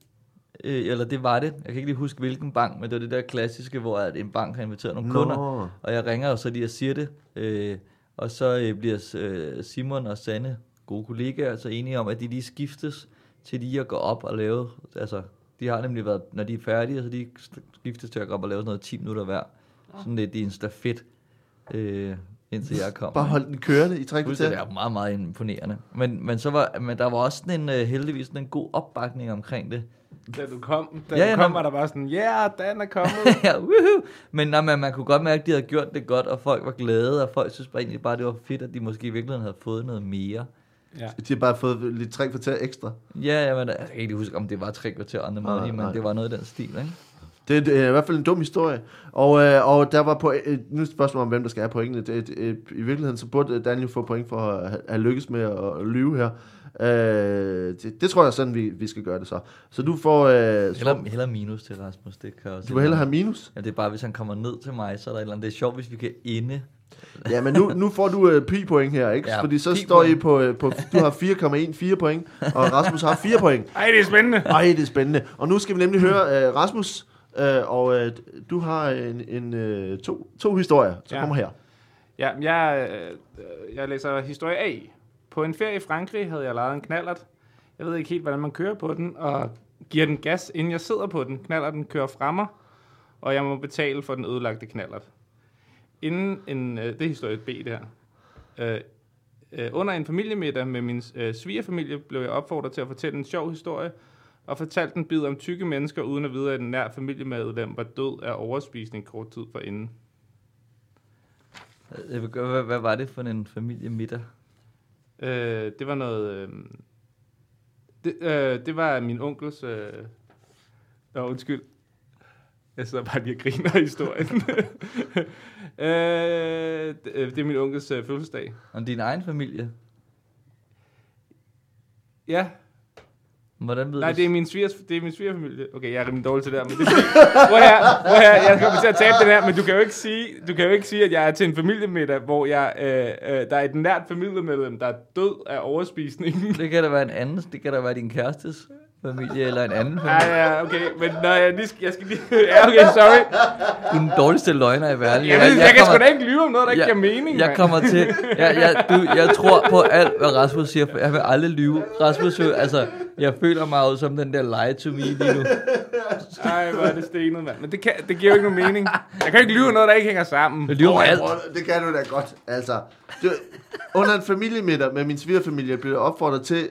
B: Øh, eller det var det. Jeg kan ikke lige huske, hvilken bank, men det var det der klassiske, hvor at en bank har inviteret nogle
A: Nå.
B: kunder. Og jeg ringer jo så lige og siger det. Øh, og så øh, bliver øh, Simon og Sanne, gode kollegaer, så enige om, at de lige skiftes til lige at gå op og lave... Altså, de har nemlig været, når de er færdige, så de skiftes til at gå op og lave sådan noget 10 minutter hver. Sådan lidt i en stafet, øh, indtil jeg kommer.
A: Bare hold den kørende i tre
B: Fuldstændig.
A: kvarter.
B: Det er meget, meget imponerende. Men, men, så var, men der var også sådan en, øh, heldigvis sådan en god opbakning omkring det.
C: Da du kom, da
B: Ja,
C: du
B: ja,
C: kom
B: nå.
C: var der bare sådan, ja, yeah, Dan er kommet.
B: ja, woohoo! Men nej, man, man kunne godt mærke, at de havde gjort det godt, og folk var glade, og folk synes bare egentlig bare, det var fedt, at de måske i virkeligheden havde fået noget mere.
C: ja.
A: De har bare fået lidt tre kvarter ekstra.
B: Ja, ja men altså, jeg kan ikke lige huske, om det var tre kvarter andre
A: Nej,
B: måneder,
A: nej.
B: men det var noget i den stil, ikke?
A: Det er, det er i hvert fald en dum historie. Og, øh, og der var på, øh, nu er et spørgsmål om, hvem der skal have pointene. Det, det, øh, I virkeligheden, så burde Daniel få point for at have- have lykkes med at, at lyve her. Øh, det, det tror jeg er sådan, vi, vi skal gøre det så. Så du får... Øh, så,
B: Heller, heller minus til Rasmus, det kan også.
A: du vil hellere have minus.
B: Ja, det er bare, hvis han kommer ned til mig, så er der et eller andet. Det er sjovt, hvis vi kan ende.
A: Ja, men nu, nu får du øh, pi point her, ikke? Ja,
B: Ja,
A: Fordi så
B: pi
A: står I
B: point.
A: på, øh, på... Du har 4,14 point, og Rasmus har 4 point.
C: Ej, det er spændende.
A: Ej, det er spændende. Og nu skal vi nemlig høre øh, Rasmus, øh, og øh, du har en, en, øh, to, to historier, som
C: Ja.
A: ja. kommer her.
C: Ja, men jeg, øh, jeg læser historie A. På en ferie i Frankrig havde jeg lejet en knallert. Jeg ved ikke helt, hvordan man kører på den, og giver den gas, inden jeg sidder på den. Knallerten kører fra mig, og jeg må betale for den ødelagte knallert. Inden en, øh, det er historie B, der. Øh, Øh, under en familiemiddag med min øh, svigerfamilie blev jeg opfordret til at fortælle en sjov historie, og fortalte en bid om tykke mennesker, uden at vide, at en nær familiemedlem var død af overspisning kort tid forinden.
B: Jeg vil gøre- Øh, Hvad, hvad var det for en familiemiddag?
C: Øh, det var noget... Øh, det, øh, det var min onkels... Øh, nå, undskyld. Jeg sidder bare lige og griner af historien. øh, det, øh, det er min onkels øh, fødselsdag.
B: Om din egen familie?
C: Ja,
B: Hvordan ved
C: nej,
B: du?
C: det er min svigers, det er min svigerfamilie. Okay, jeg er rimelig dårlig til det her, men det er fordi- Prøv her, prøv her, jeg kommer til at tabe det her, men du kan jo ikke sige, du kan jo ikke sige, at jeg er til en familiemiddag, hvor jeg, øh, øh, der er et nært familiemedlem, der er død af overspisningen.
B: Det kan da være en anden, det kan da være din kærestes familie, eller en anden
C: Ja,
B: familie.
C: ja, okay, men nej, jeg, lige, skal- jeg skal lige... Ja, okay, sorry.
B: Du er den dårligste løgner i verden.
C: Jeg, ved, jeg, kan sgu da ikke lyve om noget, der ikke
B: jeg-
C: giver mening,
B: Jeg
C: mand.
B: kommer til, jeg, jeg, du, jeg tror på alt, hvad Rasmus siger, for jeg vil aldrig lyve. Rasmus, øh, altså, jeg føler mig jo som den der lie to me lige nu.
C: Ej, hvor er det stenet, mand. Men det, kan, det giver jo ikke nogen mening. Jeg kan ikke lyve om noget, der ikke hænger sammen.
B: Jeg lyver om
A: Åh,
B: alt.
A: bror, Det kan du da godt. Altså, det, under en familiemiddag med min svigerfamilie blev jeg opfordret til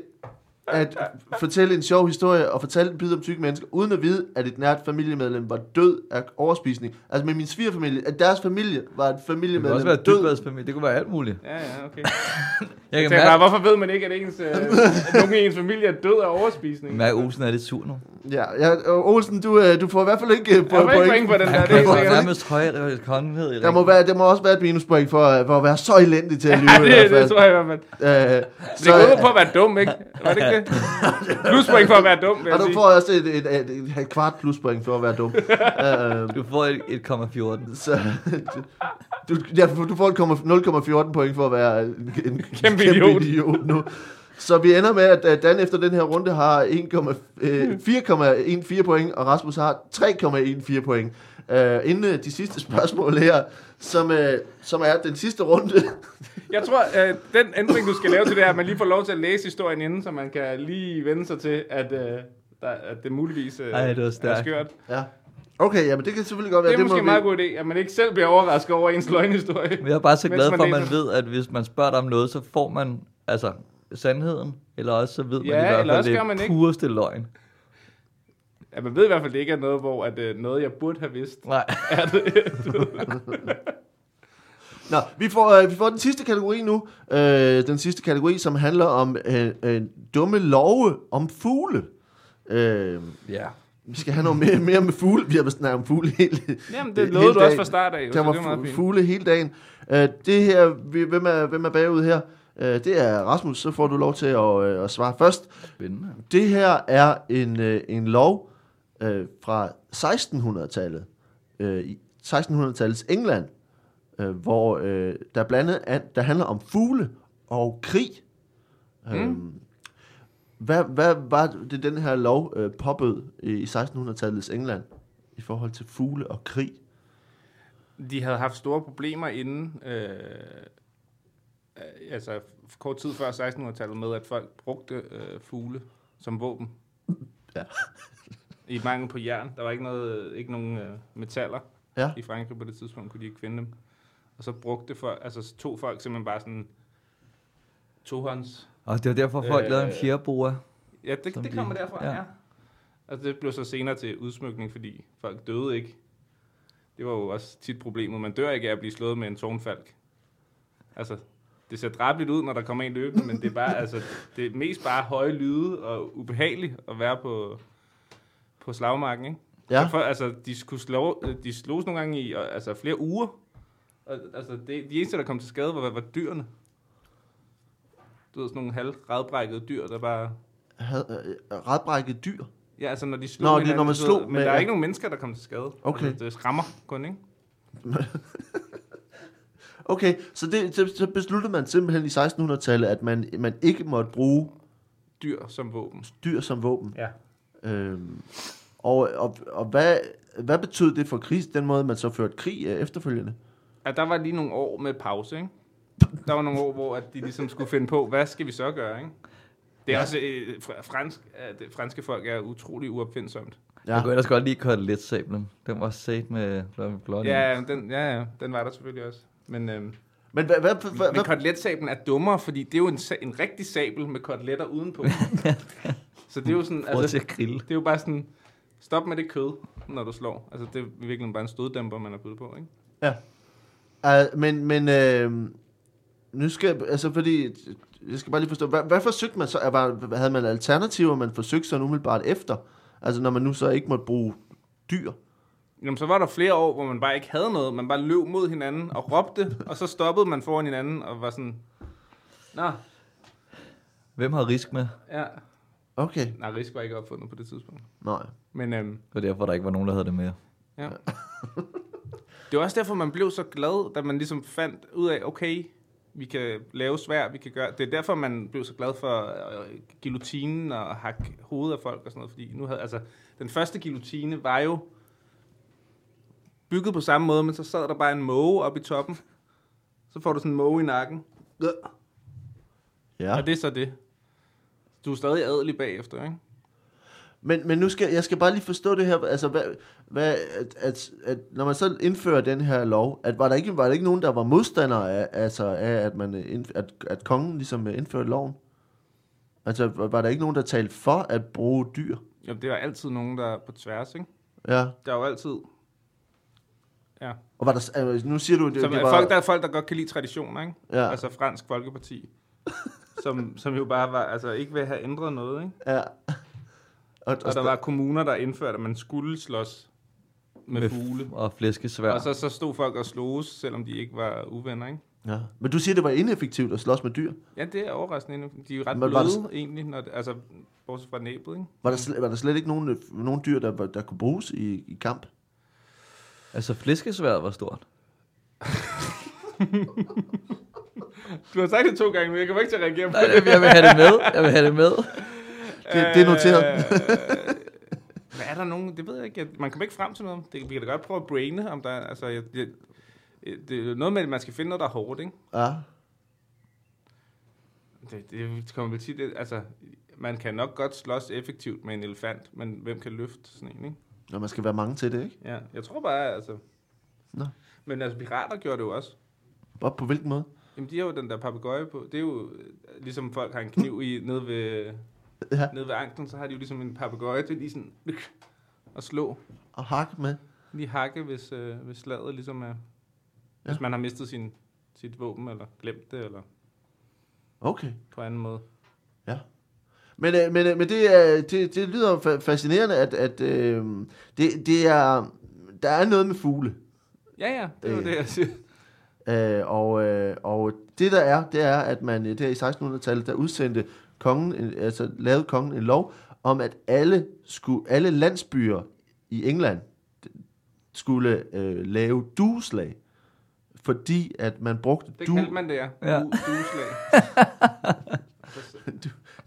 A: at fortælle en sjov historie og fortælle en bid om tykke mennesker, uden at vide, at et nært familiemedlem var død af overspisning. Altså med min svigerfamilie, at deres familie var et
B: Det kunne også
A: familiemedlem
B: være
A: død.
B: dybvads familie. Det kunne være alt muligt.
C: Ja, ja, okay.
B: Jeg
C: Jeg
B: kan
C: tænker bare,
B: mærke,
C: hvorfor ved man ikke, at, ens, øh, at nogen i ens familie er død af overspisning?
B: mærke Olsen er lidt sur nu.
A: Ja, ja, og Olsen, du, øh, du får i hvert fald ikke øh,
C: Jeg
A: point.
C: får ikke point på den der,
B: Han
C: det er
B: kommer
C: helt sikkert.
B: nærmest højere kongehed i
A: Der må,
B: ringen.
A: være, der må også være et minuspoint for, øh, for at være så elendig til at lyve. i
C: Ja,
A: hvert
C: det,
A: fald.
C: det tror jeg i hvert
A: Øh,
C: fald. Det går ud
A: så,
C: på at være dum, ikke? Var det ikke det? Pluspoint for at være dum, vil
A: og
C: jeg
A: du
C: sige.
A: får også et, et, et, et, et kvart pluspoint for at være dum. øh,
B: Du får et, et 1,14.
A: Så du, ja, du får et komma- 0,14 point for at være en, en kæmpe
C: idiot.
A: idiot nu. Så vi ender med, at øh, Dan efter den her runde har 1,4
C: Hmm.
A: øh, 4,14 point, og Rasmus har 3,14 point. Øh, inden øh, de sidste spørgsmål her, som, øh, som er den sidste runde.
C: Jeg tror, øh, den ændring, du skal lave til det her, at man lige får lov til at læse historien inden, så man kan lige vende sig til, at, øh, der, at det muligvis øh,
B: Ej, det var
C: er
B: stærkt.
C: skørt.
A: ja. Okay, jamen det kan selvfølgelig godt
C: Det
A: være.
C: er måske
A: må
C: en meget god idé, at man ikke selv bliver overrasket over ens løgnhistorie.
B: Men jeg er bare så
C: Mens
B: glad
C: man
B: for, at man
C: læser.
B: ved, at hvis man spørger dig om noget, så får man altså sandheden, eller også så ved man
C: Ja,
B: i hvert
C: eller
B: fald,
C: også
B: det
C: gør
B: er
C: man ikke.
B: pureste løgn.
C: Ja, man ved i hvert fald, det ikke er noget, hvor at, øh, noget, jeg burde have vidst.
B: Nej.
A: Nå, vi får, øh, vi får den sidste kategori nu. Øh, den sidste kategori, som handler om øh, øh, dumme love om fugle. Øh,
B: Ja.
A: Vi skal have noget mere, mere med fugle. Vi har vist snakket om fugle hele
C: Jamen, det
A: hele
C: lovede du også
A: dagen.
C: fra start af, jo,
A: Der
C: så
A: var
C: det er meget
A: fu-
C: fint.
A: fugle hele dagen. Uh, det her, vi- hvem er, hvem er bagud her? Uh, det er Rasmus, så får du lov til at, uh, at svare først.
B: Spændende.
A: Det her er en, uh, en lov uh, fra 1600-tallet. Uh, i 1600-tallets England, uh, hvor uh, der blandet an, der handler om fugle og krig. Mm. Hvad, hvad var det, den her lov øh, påbød i 1600-tallets England i forhold til fugle og krig?
C: De havde haft store problemer inden, øh, øh, altså f- kort tid før 1600-tallet, med at folk brugte øh, fugle som våben.
A: Ja.
C: I mangel på jern. Der var ikke, noget, ikke nogen øh, metaller
A: Ja.
C: i Frankrig på det tidspunkt, kunne de ikke finde dem. Og så brugte folk, altså så tog folk simpelthen bare sådan tohånds.
B: Og det var derfor, folk
C: Øh,
B: lavede en fjerdeboa.
C: Ja, det,
B: Som
C: det
B: de-
C: kommer derfra, ja.
B: ja.
C: ja. Altså det blev så senere til udsmykning, fordi folk døde ikke. Det var jo også tit problemet. Man dør ikke af at blive slået med en tårnfalk. Altså, det ser drabeligt ud, når der kommer en løbende, men det er bare, altså, det er mest bare høje lyde og ubehageligt at være på, på slagmarken, ikke?
A: Ja.
C: Derfor, altså, de, skulle slå, de slogs nogle gange i og, altså, flere uger. Og, altså, det, de eneste, der kom til skade, var, var dyrene. Du ved, sådan nogle halvredbrækkede dyr, der bare
A: Havde, øh, retbrækket dyr?
C: Ja, altså når de slog
A: Nå, det er,
C: hinanden,
A: når man
C: så-
A: slog
C: Men
A: med-
C: der er
A: ja.
C: ikke nogen mennesker, der kommer til skade.
A: Okay.
C: Altså, det rammer kun, ikke?
A: Okay, så, det, så, så besluttede man simpelthen i 1600-tallet, at man, man ikke måtte bruge
C: Dyr som våben.
A: dyr som våben.
C: Ja.
A: Øhm, og og, og hvad, hvad betød det for krig, den måde, man så førte krig øh, efterfølgende?
C: At der var lige nogle år med pause, ikke? Der var nogle år, hvor at de ligesom skulle finde på, hvad skal vi så gøre, ikke? Det er også øh, fr- fransk, øh, det franske folk er utrolig uopfindsomt.
A: Ja.
B: Jeg kunne ellers godt lige køre lidt sablen. Den var sat med blot blot.
C: Ja, ja, den, ja, ja, den var der selvfølgelig også. Men øhm,
A: Men hvad, hvad, hvad,
C: Men
A: hvad,
C: kotletsablen er dummere, fordi det er jo en, sa- en rigtig sabel med koteletter udenpå. så det er jo sådan,
B: Prøv til
C: altså,
B: at grille.
C: det er jo bare sådan, stop med det kød, når du slår. Altså, det er virkelig bare en støddæmper, man har puttet på, ikke?
A: uh, men, men øh, nu skal jeg- altså fordi, jeg skal bare lige forstå, hvad, hvad forsøgte man så, Er- var, havde man alternativer, man forsøgte sådan umiddelbart efter? Altså når man nu så ikke måtte bruge dyr?
C: Jamen, så var der flere år, hvor man bare ikke havde noget. Man bare løb mod hinanden og råbte, og så stoppede man foran hinanden og var sådan... Nå,
B: Hvem har risk med? Det
C: ja.
A: Okay,
C: Nej, risk var ikke opfundet på det tidspunkt.
A: nej.
C: Men øhm,
B: var derfor, der ikke var nogen, der havde det med.
C: ja. Det var også derfor, man blev så glad, da man ligesom fandt ud af, okay, vi kan lave svær, vi kan gøre... Det er derfor, man blev så glad for øh, guillotinen og hakke hovedet af folk og sådan noget. Fordi nu havde, altså, den første guillotine var jo bygget på samme måde, men så sad der bare en måge oppe i toppen. Så får du sådan en måge i nakken.
A: Ja.
C: Og det er så det. Du er stadig adelig bagefter, ikke?
A: Men, men nu skal jeg skal bare lige forstå det her, altså hvad, hvad at, at, at, når man så indfører den her lov, at var der ikke var der ikke nogen der var modstandere af, altså af at man indf- at, at kongen ligesom øh, indførte loven? Altså var var der ikke nogen der talte for at bruge dyr?
C: Jamen, det er der altid nogen, der er på tværs, ikke?
A: Ja.
C: Der er jo altid... Ja.
A: Og var der s- altså, nu siger du det,
C: Som,
A: det
C: det
A: var
C: folk, der er folk, der godt kan lide traditioner, ikke?
A: Ja.
C: Altså fransk folkeparti. som, som jo bare var, altså, ikke vil have ændret noget, ikke?
A: ja. Og,
C: Og der var kommuner, der indførte, at man skulle slås med, med fugle.
B: Og flæskesvær.
C: Og så, så stod folk og sloges, selvom de ikke var uvenner, ikke?
A: ja. Men du siger det var ineffektivt at slås med dyr.
C: Ja, det er overraskende endnu. De er jo ret
A: Men var det
C: bløde, egentlig, når det, altså, bortset fra næbet, ikke?
A: Var der slet, var der slet ikke nogen øh, nogen dyr der var- der kunne bruges i, i kamp?
B: Altså, flæskesværet var stort.
C: Du har sagt det to gange, men jeg kommer ikke til at reagere på
B: Nej, jeg vil- jeg vil have det med. Jeg vil have det med.
A: Det, det
C: Øh.
A: er noteret.
C: Hvad er der nogen? Det ved jeg ikke. Jeg- Man kommer ikke frem til noget. Det, vi kan da godt prøve at braine, om der er- altså, jeg, jeg, det er noget med, at man skal finde noget, der er hårdt, ikke?
A: Ja.
C: Det, det kommer vel tit, det- altså, man kan nok godt slås effektivt med en elefant, men hvem kan løfte sådan en, ikke?
A: Når man skal være mange til det, ikke?
C: Ja, jeg tror bare, altså...
A: Nå.
C: Men altså, pirater gjorde det jo også.
A: Bare på hvilken måde?
C: Jamen, de har jo den der papegøje på. Det er jo øh, ligesom folk har en kniv i nede ved,
A: Ja.
C: nede ved anklen, så har de jo ligesom en papegøje til lige sådan at slå.
A: Og hak med.
C: Lige hakke, hvis, øh, hvis slaget ligesom er... Ja. Hvis man har mistet sin, sit våben, eller glemt det, eller
A: Okay.
C: på anden måde.
A: Men, øh, men, øh, men det, er- det, det lyder fa- fascinerende, at, at øh, det, det er, der er noget med fugle.
C: Ja, ja, det er jo
A: Øh.
C: det, jeg siger.
A: Øh, og, øh, og det der er, det er, at man øh, der i 1600-tallet, der udsendte kongen, en- altså lavede kongen en lov om, at alle, skulle, alle landsbyer i England d- skulle øh, lave dueslag, fordi at man brugte
C: Det
A: du,
C: kaldte man det, ja.
B: Ja.
C: ja. Dueslag.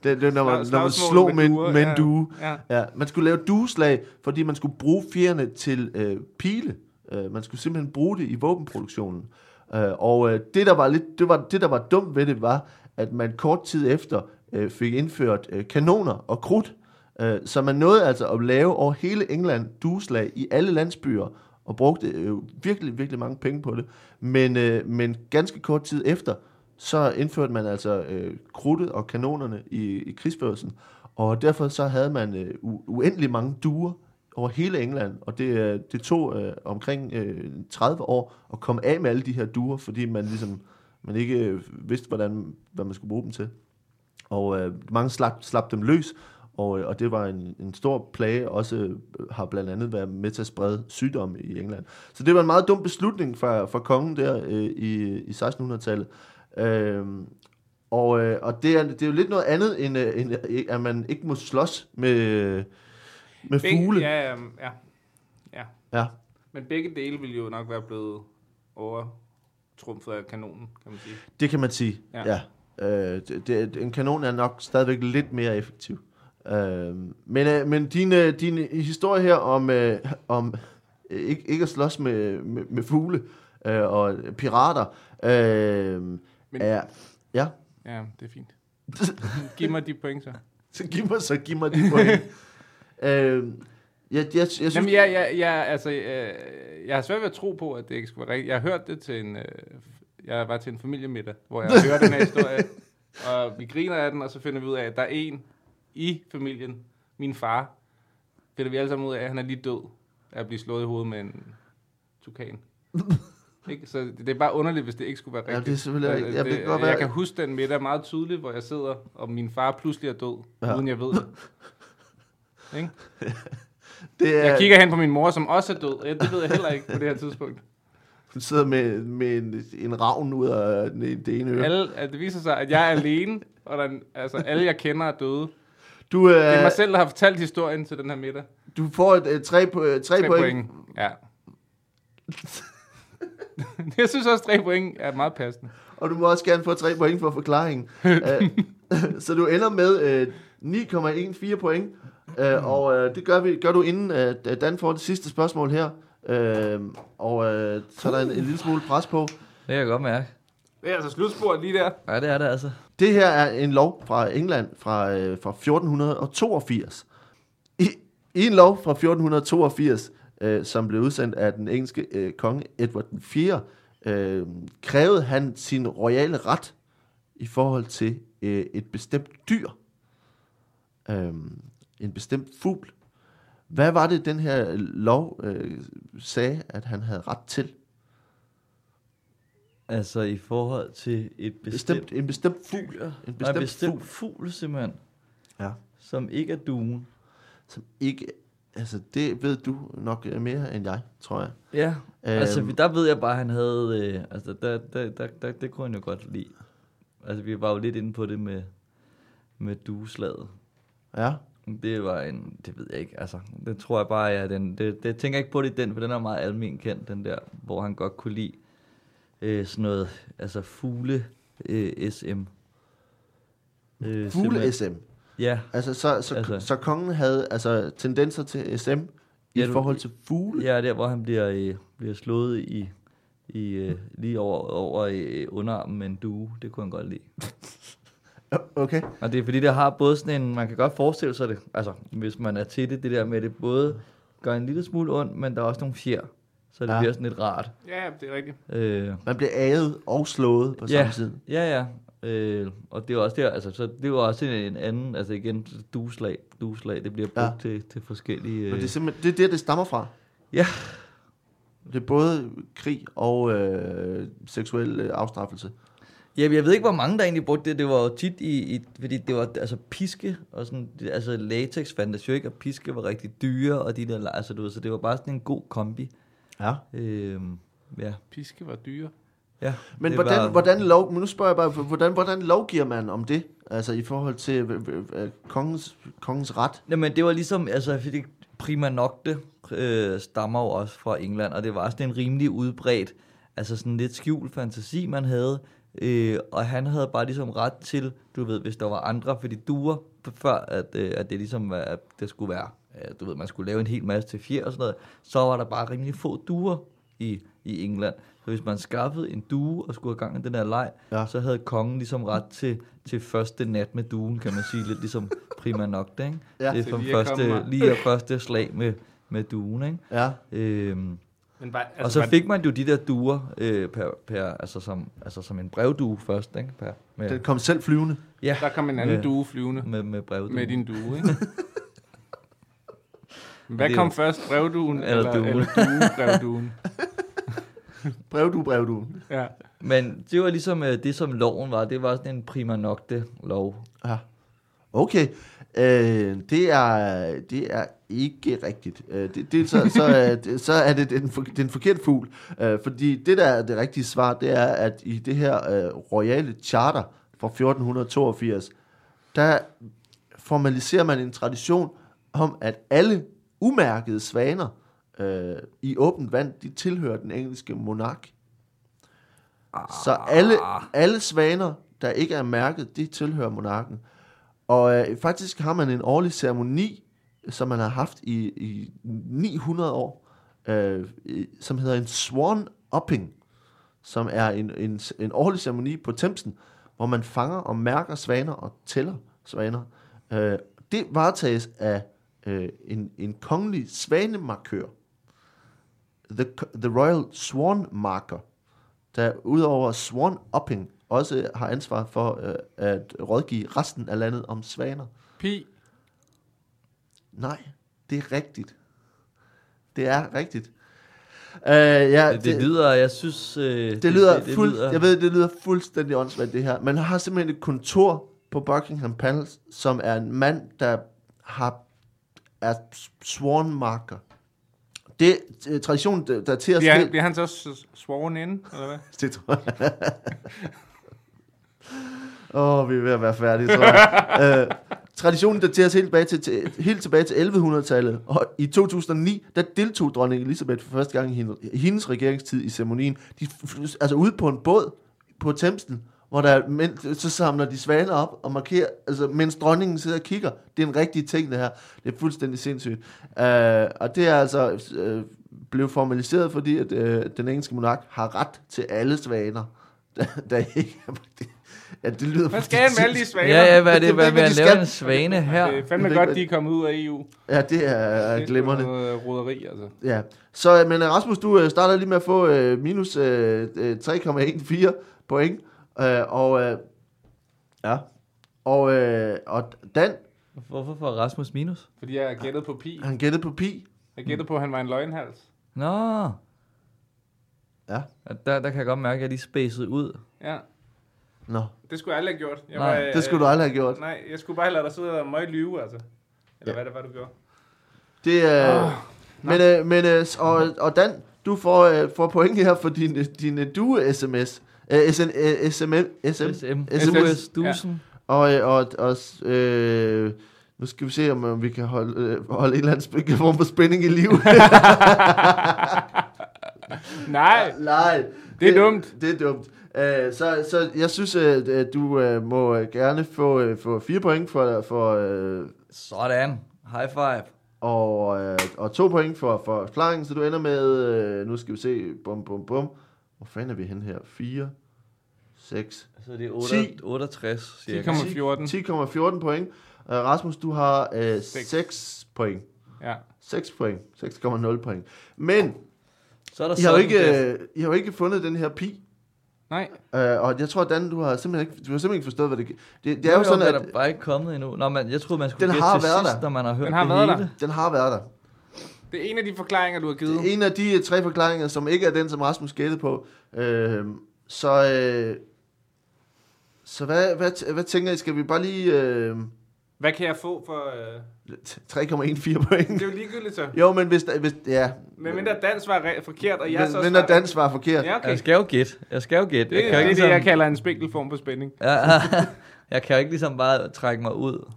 A: det, det, når man,
C: Slagsmål
A: når man slog med,
C: duer,
A: en- med
C: ja.
A: en due.
C: Ja.
A: Ja, man skulle lave dueslag, fordi man skulle bruge fjerne til øh, pile. Øh, man skulle simpelthen bruge det i våbenproduktionen. Øh, og øh, det, der var lidt, det, var, det, der var dumt ved det, var, at man kort tid efter øh, fik indført øh, kanoner og krudt. Øh, så man nåede altså at lave over hele England dueslag i alle landsbyer, og brugte øh, virkelig, virkelig mange penge på det. Men, øh, men ganske kort tid efter, så indførte man altså øh, krudtet og kanonerne i, i krigsførelsen. Og derfor så havde man øh, u- uendelig mange duer over hele England, og det, øh, det tog øh, omkring øh, 30 år at komme af med alle de her duer, fordi man ligesom man ikke øh, vidste, hvordan, hvad man skulle bruge dem til. Og øh, mange slap, slap dem løs, og, øh, og det var en, en stor plage, også øh, har blandt andet været med til at sprede sygdom i England. Så det var en meget dum beslutning fra, fra kongen der øh, i, i 1600-tallet. Øh, og, øh, og det, er, det er jo lidt noget andet, end, øh, end øh, at man ikke må slås med, øh, med
C: Begge,
A: fugle. Ja.
C: Ja, øhm, ja, ja.
A: ja.
C: Men begge dele ville jo nok være blevet overtrumfet af kanonen, kan man sige.
A: Det kan man sige, ja.
C: Ja.
A: ja. Øh, det, det, en kanon er nok stadigvæk lidt mere effektiv. Øh, men øh, men din, øh, din historie her om, øh, om øh, ikke, ikke at slås med, med, med fugle øh, og pirater, øh, men,
C: Men-
A: er, ja,
C: Ja, det er fint. Giv mig de point, så.
A: så giv mig, så giv mig de point. øh, jeg, jeg, jeg synes,
C: Jamen, jeg, jeg, jeg, altså, jeg, jeg har svært ved at tro på, at det ikke skulle være rigtigt. Jeg har hørt det til en, øh, jeg var til en familiemiddag, hvor jeg hører den her historie, og vi griner af den, og så finder vi ud af, at der er en i familien, min far, finder vi alle sammen ud af, at han er lige død af at blive slået i hovedet med en tukan. ikke? Så det det er bare underligt, hvis det ikke skulle være
A: Ja,
C: rigtigt.
A: det er selvfølgelig rigtigt.
C: jeg,
A: Jeg
C: det,
A: ved godt,
C: jeg,
A: hvad-
C: kan huske den middag meget tydeligt, hvor jeg sidder, og min far pludselig er død, ja.
A: Ja.
C: uden jeg ved det. Ikke?
A: Det er,
C: Jeg kigger hen på min mor, som også er død. Ja, Det ved jeg heller ikke på det her tidspunkt.
A: Hun sidder med, med en, en ravn ud af den- det ene øre.
C: Alle, at det viser sig, at jeg er alene, og der, altså, alle jeg kender er døde.
A: Du,
C: Det er
A: øh,
C: mig selv, der har fortalt historien til den her middag.
A: du får et, øh, tre, po- øh, tre,
C: Tre
A: point.
C: point. Ja. jeg synes også, at tre point er meget passende.
A: Og du må også gerne få tre point for forklaringen. Øh, så du ender med øh, 9,14 point. Øh, og øh, det gør, vi, gør du inden, at øh, Dan får det sidste spørgsmål her. Øh, og øh, så er der en, en lille smule pres på.
B: Det kan jeg godt mærke.
C: Det er altså slutspurt lige der.
B: Ja, det er det altså.
A: Det her er en lov fra England fra, øh, fra 1482. I, I en lov fra 1482, øh, som blev udsendt af den engelske øh, konge Edward IV, øh, krævede han sin royale ret i forhold til øh, et bestemt dyr. Øh, en bestemt fugl. Hvad var det, den her lov øh, sagde, at han havde ret til?
B: Altså i forhold til et bestemt,
A: Bestemt, en bestemt fugl.
B: dyr.
A: En
B: Nej,
A: bestemt,
B: en bestemt
A: fugl,
B: fugl, simpelthen.
A: Ja.
B: Som ikke er duen.
A: som ikke... Altså, det ved du nok øh, mere end jeg, tror jeg.
B: Ja,
A: Øhm.
B: altså vi- der ved jeg bare, at han havde... Øh, altså der, der, der, der, det kunne han jo godt lide. Altså vi var jo lidt inde på det med, med dueslaget.
A: Ja.
B: Det var en... Det ved jeg ikke, altså. Det tror jeg bare, at den... Det, det tænker jeg ikke på det i den, for den er meget almen kendt, den der. Hvor han godt kunne lide øh, sådan noget... Altså fugle øh, SM. Øh, simpelthen.
A: Fugle-SM.
B: Ja,
A: Altså så, så,
B: Altså.
A: altså, så kongen havde altså, tendenser til SM i
B: Ja, du-
A: forhold til fugle.
B: Ja, der hvor han bliver, øh, bliver slået i, i øh, lige over, over øh, underarmen med en due. Det kunne han godt lide.
A: Ja. Okay.
B: Og det er fordi, det har både sådan en... Man kan godt forestille sig det, altså hvis man er til det, det der med, at det både gør en lille smule ondt, men der er også nogle fjer. Så det ja.
A: Ja.
B: bliver sådan lidt rart.
C: Ja, det er rigtigt.
B: Øh,
A: Man blev aget og slået på ja.
B: ja,
A: samme tid.
B: ja, ja. Øh, og det er også der, altså, så det er jo også en, en anden, altså igen, dueslag, dueslag, det bliver brugt ja.
A: Ja.
B: til, til forskellige...
A: Men det er
B: Øh,
A: simpelthen det, er der, det stammer fra.
B: ja,
A: Det er både krig og øh, seksuel øh, afstraffelse.
B: Jamen, jeg ved ikke, hvor mange der egentlig brugte det. Det var jo tit i, i fordi det var altså piske, og sådan, altså latex fandtes jo ikke, og piske var rigtig dyre, og de der, altså du ved, så det var bare sådan en god kombi.
A: Ja.
B: Øhm, ja,
C: Piske var dyre.
B: ja.
A: Men
B: det
A: hvordan,
B: var,
A: hvordan lov, men nu spørger jeg bare, hvordan, hvordan lovgiver man om det? Altså i forhold til øh, øh, øh, kongens, kongens ret?
B: Jamen, det var ligesom, altså fordi prima nocte øh, stammer jo også fra England, og det var sådan en rimelig udbredt, altså sådan lidt skjult fantasi, man havde. Øh, og han havde bare ligesom ret til, du ved, hvis der var andre, fordi duer, f- før at, øh, at det ligesom var, at det skulle være, øh, du ved, man skulle lave en hel masse til fjer og sådan noget, så var der bare rimelig få duer i, i England. Så hvis man skaffede en due og skulle have gang i den her leg, ja.
A: Ja.
B: så havde kongen ligesom ret til, til første nat med duen, kan man sige, lidt ligesom prima nocte, ikke?
A: Ja.
B: det er
C: Til
B: som
C: lige at komme
B: første,
C: her.
B: lige at første slag med, med duen, ikke?
A: Ja.
B: Øhm,
C: Men var,
B: altså, og så fik man jo de der duer øh, per, per, altså, som, altså som en brevdue først, ikke? Per, med,
A: Den kom selv flyvende.
B: ja,
C: Der kom en anden
B: med-
C: due flyvende
B: med, med brevdue.
C: med din due, ikke? Hvad
B: Det er-
C: kom først, brevduen
B: Eller
C: eller,
B: duen.
C: eller due, brevduen?
A: Brev du, brev du.
C: Ja.
B: Men det var ligesom øh, det, som loven var. Det var sådan en prima nocte lov.
A: Ja. Okay. Øh, det, er, det er ikke rigtigt. Øh, det, det, så, så, øh, det- så er det den, for, den forkerte fugl. Øh, fordi det, der er det rigtige svar, det er, at i det her øh, royale charter fra 1482, der formaliserer man en tradition om, at alle umærkede svaner øh, i åbent vand, de tilhører den engelske monark. Så alle, alle svaner, der ikke er mærket, de tilhører monarken. Og øh, faktisk har man en årlig ceremoni, som man har haft i, i 900 år, øh, i- som hedder en swan upping, som er en, en, en årlig ceremoni på Thamesen, hvor man fanger og mærker svaner og tæller svaner. Øh, det varetages af øh, en, en kongelig svanemarkør, the, the Royal Swan Marker, der udover Swan Upping også har ansvar for øh, at rådgive resten af landet om svaner.
C: Pi.
A: Nej, det er rigtigt. Det er rigtigt. Øh, ja,
B: Det, det lyder, jeg synes... Øh, det,
A: det lyder fuld, jeg ved, det lyder fuldstændig åndssvagt det her. Man har simpelthen et kontor på Buckingham Palace, som er en mand, der har er sworn marker. Det er traditionen, der der til at
C: Bliver han, bliver han så s- sworn in, eller hvad?
A: Det tror jeg. Åh, oh, vi er ved at være færdige, tror jeg. Øh, traditionen dateres helt tilbage til, til, helt tilbage til 1100-tallet, og i 2009, der deltog dronning Elisabeth for første gang i hendes, i hendes regeringstid i ceremonien. De, f- f- altså ude på en båd på Thamesen, hvor der er mænd, så samler de svaner op og markerer, altså, mens dronningen sidder og kigger. Det er en rigtig ting, det her. Det er fuldstændig sindssygt. Øh, og det er altså øh, blevet formaliseret, fordi at, øh, den engelske monark har ret til alle svaner. Der, der ikke er, ja, det lyder
C: Hvad skal han med alle de
A: fuldstændig
C: svaner?
B: Ja, ja, hvad er
A: Jeg ved
B: det? Hvad,
A: ikke,
B: hvad
A: hvad de
B: laver
A: skal.
B: en svane
C: Det
B: her?
C: er fandme
A: Jeg ved
C: godt,
A: ikke,
C: de er kommet ud af EU.
A: Ja, det er, er glimrende.
C: Det er noget roderi, altså.
A: Ja. Så, øh, men øh, Rasmus, du øh, starter lige med at få øh, minus øh, øh, 3,14 point. Øh, og, øh, ja. og, øh, og Dan,
B: Hvorfor får Rasmus minus?
C: Fordi jeg gættede på pi.
A: han gættede på pi.
C: Jeg gættede på, at han var en løgnhals.
B: Nå,
A: Ja,
B: der, der kan jeg godt mærke, at jeg lige spacede ud.
C: Ja,
A: nå.
C: det skulle jeg aldrig have gjort. Jeg øh,
B: Nej,
A: Det skulle du aldrig have gjort.
C: Nej, jeg skulle bare lade dig sidde og møg lyve, altså. Eller
A: Ja.
C: ja. hvad det var, du gjorde.
A: Det, øh, men, øh, men øh, s- og, og Dan, du får, øh, får point her for din, øh, din øh, duo-sms. Øh, SN, øh, SML, SM,
B: SM.
A: SMS.
B: SMS. Dusen.
A: Og, øh, og, og s- øh, nu skal vi se, om, om vi kan holde, øh, holde en eller anden sp- form for spænding i live.
C: Nej,
A: Nej.
C: Det er dumt.
A: Det er dumt. Øh, så, så jeg synes, at, at du øh, må øh, gerne få, øh, få fire point for, for øh,
B: Sådan. High five.
A: og, øh, og to point for, for forklaringen, så du ender med, øh, nu skal vi se, bum, bum, bum. Hvor fanden er vi hen her? 4, 6,
B: Så det er
A: 10.
B: 68
C: de
B: cirka.
C: kommer 14.
A: 10,14 point. Øh, Rasmus, du har øh,
C: Seks.
A: 6 point.
C: Ja.
A: 6 point. 6,0 point. Men
B: Så er der
A: I har, jo
B: sådan
A: ikke,
B: der-
A: øh, I har jo ikke fundet den her pi.
C: Nej,
A: Øh, og jeg tror, Dan, du har simpelthen ikke, du har simpelthen ikke forstået, hvad det... Det, det er
B: Jo,
A: jo
B: jo,
A: sådan,
B: den
A: at
B: er bare ikke kommet endnu. Nå, men jeg troede, man skulle
A: Den
B: gætte
A: har
B: til
A: været
B: sidst,
A: der.
B: når man har hørt
C: Den har
B: det
C: været
B: hele.
C: der.
A: den har været der.
C: det er en af de forklaringer, du har givet.
A: Det er en af de øh, tre forklaringer, som ikke er den, som Rasmus gættede på. Øh, så øh, så hvad, hvad, hvad tænker I? Skal vi bare lige... Øh,
C: Hvad kan jeg få for... Øh...
A: 3,14
C: Det
A: point.
C: er jo ligegyldigt så.
A: Jo, men hvis... der- hvis ja.
C: Men mindre dans var re- forkert, og jeg
A: Men,
C: så...
A: men når
C: svarer-
A: dans var forkert.
C: Ja, okay.
B: Jeg skal jo gætte. Jeg skal jo gætte.
C: Det,
B: jeg
C: er
B: kan jo
C: det,
B: ikke
C: det, jeg
B: ligesom,
C: kalder en spinkelform for spænding.
B: ja, jeg kan jo ikke ligesom bare trække mig ud.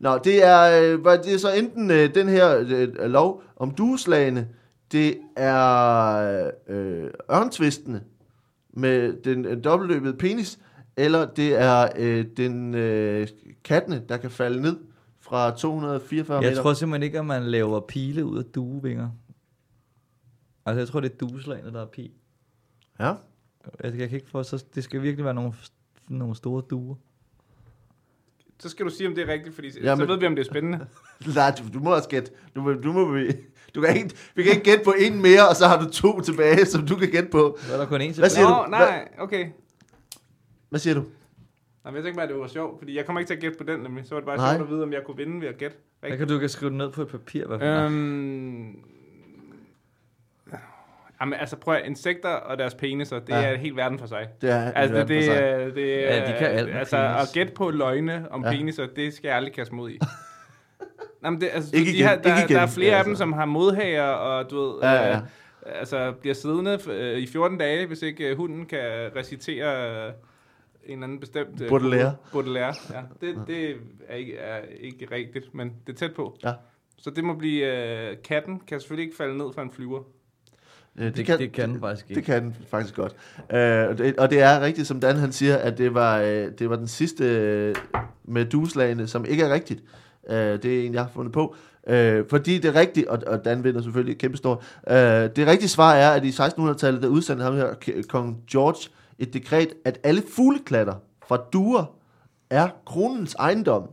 A: Nå, det er, øh, hvad- det er så enten øh, den her øh, lov om dueslagene, det er øh, ørntvistene med den øh, dobbeltløbede penis, eller det er øh, den øh, kattene, der kan falde ned fra 244
B: Jeg
A: meter.
B: tror simpelthen ikke, at man laver pile ud af duevinger. Altså, jeg tror, det er dueslagene, der er pi. Altså,
A: Ja.
B: Jeg, jeg kan ikke få, så det skal virkelig være nogle, nogle store duer.
C: Så skal du sige, om det er rigtigt, fordi
A: Ja,
C: ja,
A: men-
C: så ved vi, om det er spændende.
A: Nej, du, du må også gætte. Du, må- du må, vi, du kan ikke, vi kan ikke gætte på en mere, og så har du to tilbage, som du kan gætte på.
B: Så er der kun en
A: Hvad
B: tilbage.
A: siger
C: Nå,
A: du?
C: nej, okay.
A: Hvad siger du?
C: Nå, men jeg tænkte bare, at det var sjovt, fordi jeg kommer ikke til at gætte på den nemlig. Så var det bare
A: Nej.
C: sjovt at vide, om jeg kunne vinde ved at gætte.
B: Der
C: rigtigt.
B: kan du kan skrive det ned på et papir, hvad øh.
C: Øhm... Jamen, altså prøv at, høre, insekter og deres peniser, det
A: Ja.
C: ja. er helt verden for sig.
A: Det er
C: Altså, det,
A: for sig.
C: det, det,
B: Ja, de kan alt med
C: Altså,
B: penis.
C: at gætte på løgne om
A: Ja.
C: ja. peniser, det skal jeg aldrig kaste mod i. Jamen, det, altså,
A: Ikke
C: de
A: igen,
C: her, der,
A: ikke igen.
C: der er flere
A: Ja,
C: af dem,
A: altså.
C: som har modhager, og du ved,
A: Ja, ja, ja.
C: Øh, altså, bliver siddende øh, i 14 dage, hvis ikke øh, hunden kan recitere øh, en eller anden bestemt... øh,
A: Baudelaire.
C: Baudelaire, ja. Det, det er, ikke, er ikke rigtigt, men det er tæt på.
A: Ja.
C: Så det må blive... Øh, katten kan selvfølgelig ikke falde ned fra en flyver.
A: Øh,
B: Det- det kan den faktisk ikke.
A: Det kan den faktisk godt. Øh, og det- og det er rigtigt, som Dan han siger, at det var, øh, det var den sidste øh, med dueslagene, som ikke er rigtigt. Øh, det er en, jeg har fundet på. Øh, fordi det rigtige, og, og Dan vinder selvfølgelig kæmpe stort, øh, det rigtige svar er, at i 1600-tallet, der udsendte ham her, k- kong George, et dekret, at alle fugleklatter fra duer er kronens ejendom.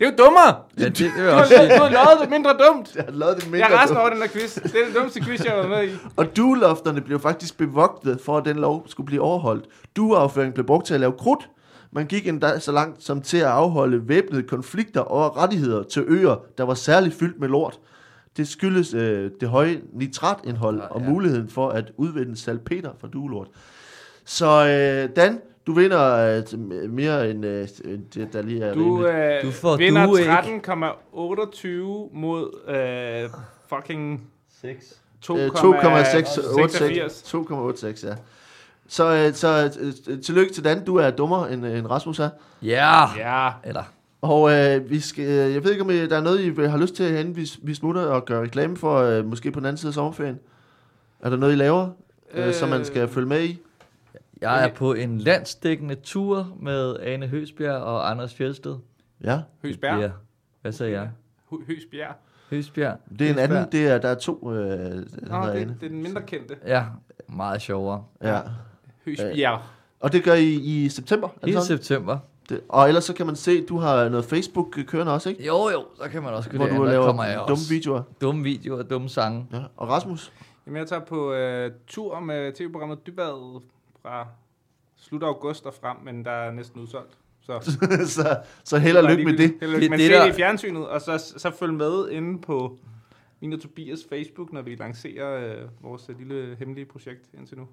C: Det er jo dummere.
B: Ja, det vil
C: Du
B: jeg
C: har,
B: også sige.
C: du har lavet det mindre dumt.
A: Jeg har lavet det mindre
C: Jeg er resten
A: dumt.
C: over den der quiz. Det er det dummeste quiz, jeg har været med i.
A: Og duelofterne blev faktisk bevogtet for, at den lov skulle blive overholdt. Dueafføring blev brugt til at lave krudt. Man gik endda så langt som til at afholde væbnede konflikter og rettigheder til øer, der var særligt fyldt med lort. Det skyldes øh, det høje nitratindhold ja, ja. og muligheden for at udvinde salpeter fra duelort. Så øh, Dan, du vinder øh, t- mere end øh, det, der lige er
C: Du,
A: rimeligt.
C: øh,
B: Du får
C: vinder
B: du ikke.
C: 13,28 mod øh, fucking
B: 6.
A: Øh,
C: 2,86.
A: 2,86. 2,86, ja. Så, øh, så øh, tillykke til Dan, du er dummere end, øh, end Rasmus er.
B: Ja.
C: Ja,
B: Eller,
A: Og øh, vi skal, øh, jeg ved ikke, om øh, der er noget, I vil- har lyst til, herinde, vi, vi smutter og gør reklame for, øh, måske på den anden side af sommerferien. Er der noget, I laver, øh, som man skal følge med i?
B: jeg er på en landsdækkende tur med Ane Høsbjerg og Anders Fjeldsted.
A: Ja,
C: Høsbjerg.
B: Ja. Hvad sagde jeg?
C: Hø- Høsbjerg.
B: Høsbjerg.
A: det er en
B: Høsbjerg.
A: anden, det er, der er to, øh, der
C: Nå,
A: hedder
C: det,
A: Ane.
C: det er den mindre kendte.
B: Ja, meget sjovere.
A: Ja.
C: Høsbjerg.
A: Og det gør I i september, er
B: Hele
A: det sådan?
B: september.
A: Det, og ellers så kan man se, du har noget Facebook kørende også, ikke?
B: Jo, jo, så kan man også gå
A: Hvor du
B: derind, der
A: laver
B: kommer jeg også.
A: dumme videoer.
B: dumme videoer, dumme sange.
A: Ja. Og Rasmus,
C: Jamen, jeg tager på øh, tur med tv-programmet Dybadet fra slut af august og frem, men der er næsten udsolgt. Så
A: så, så held og lykke med det.
C: Held og lykke.
B: Det-
C: Men
B: det
C: se det
B: der-
C: i fjernsynet, og så, så følg med inde på min og Tobias Facebook, når vi lancerer øh, vores øh, lille hemmelige projekt indtil nu.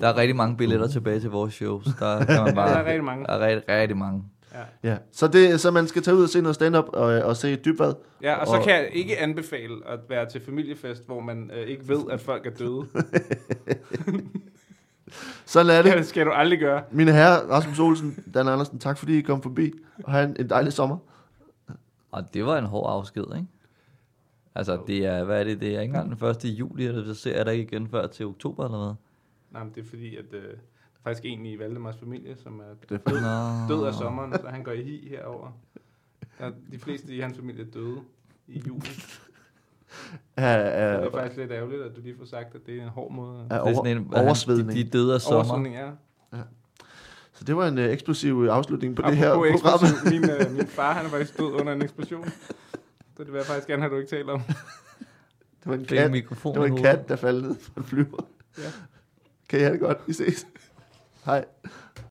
B: Der er rigtig mange billetter tilbage til vores shows. Der kan man bare...
C: der er rigtig mange.
B: Der er rigtig, rigtig mange.
A: Ja. Så, det, så man skal tage ud og se noget stand-up og, øh, og se dybvad.
C: Ja, og, og så
B: Og-
C: kan jeg ikke anbefale at være til familiefest, hvor man øh, ikke ved, at folk er døde.
A: Sådan er det.
C: det skal du aldrig gøre.
A: Mine herrer, Rasmus Olsen, Dan Andersen, tak fordi I kom forbi, og have en, en dejlig sommer.
B: Og det var en hård afsked, ikke? Altså, det er, hvad er det, det er ikke engang den 1. juli, eller så ser jeg dig ikke igen før til oktober eller hvad?
C: Nej, men det er fordi, at øh, der er faktisk en i Valdemars familie, som er
A: Det
C: død,
B: Nå.
C: død af sommeren, så han går i hi herover. Og de fleste i hans familie er døde i juli. Så
A: Er,
C: det er
A: er,
C: faktisk lidt ærgerligt, at du lige får sagt, at det er en hård måde.
A: er
B: Det er
A: over,
B: sådan en,
A: oversvedning.
B: Han, de, de døde af sommer.
C: Oversvømning er.
A: Så det var en øh, eksplosiv øh, afslutning på det her
C: Apropos
A: program.
C: eksplosion. Min, øh, min far, han er faktisk død under en eksplosion. Så det vil jeg faktisk gerne have, at du ikke taler om.
A: Det var en
B: Fik en
A: kat,
B: mikrofon
A: det var
B: i
A: en
B: hovedet.
A: kat der faldt ned fra en flyver.
C: Ja.
A: Kan I have det godt? Vi ses. Hej.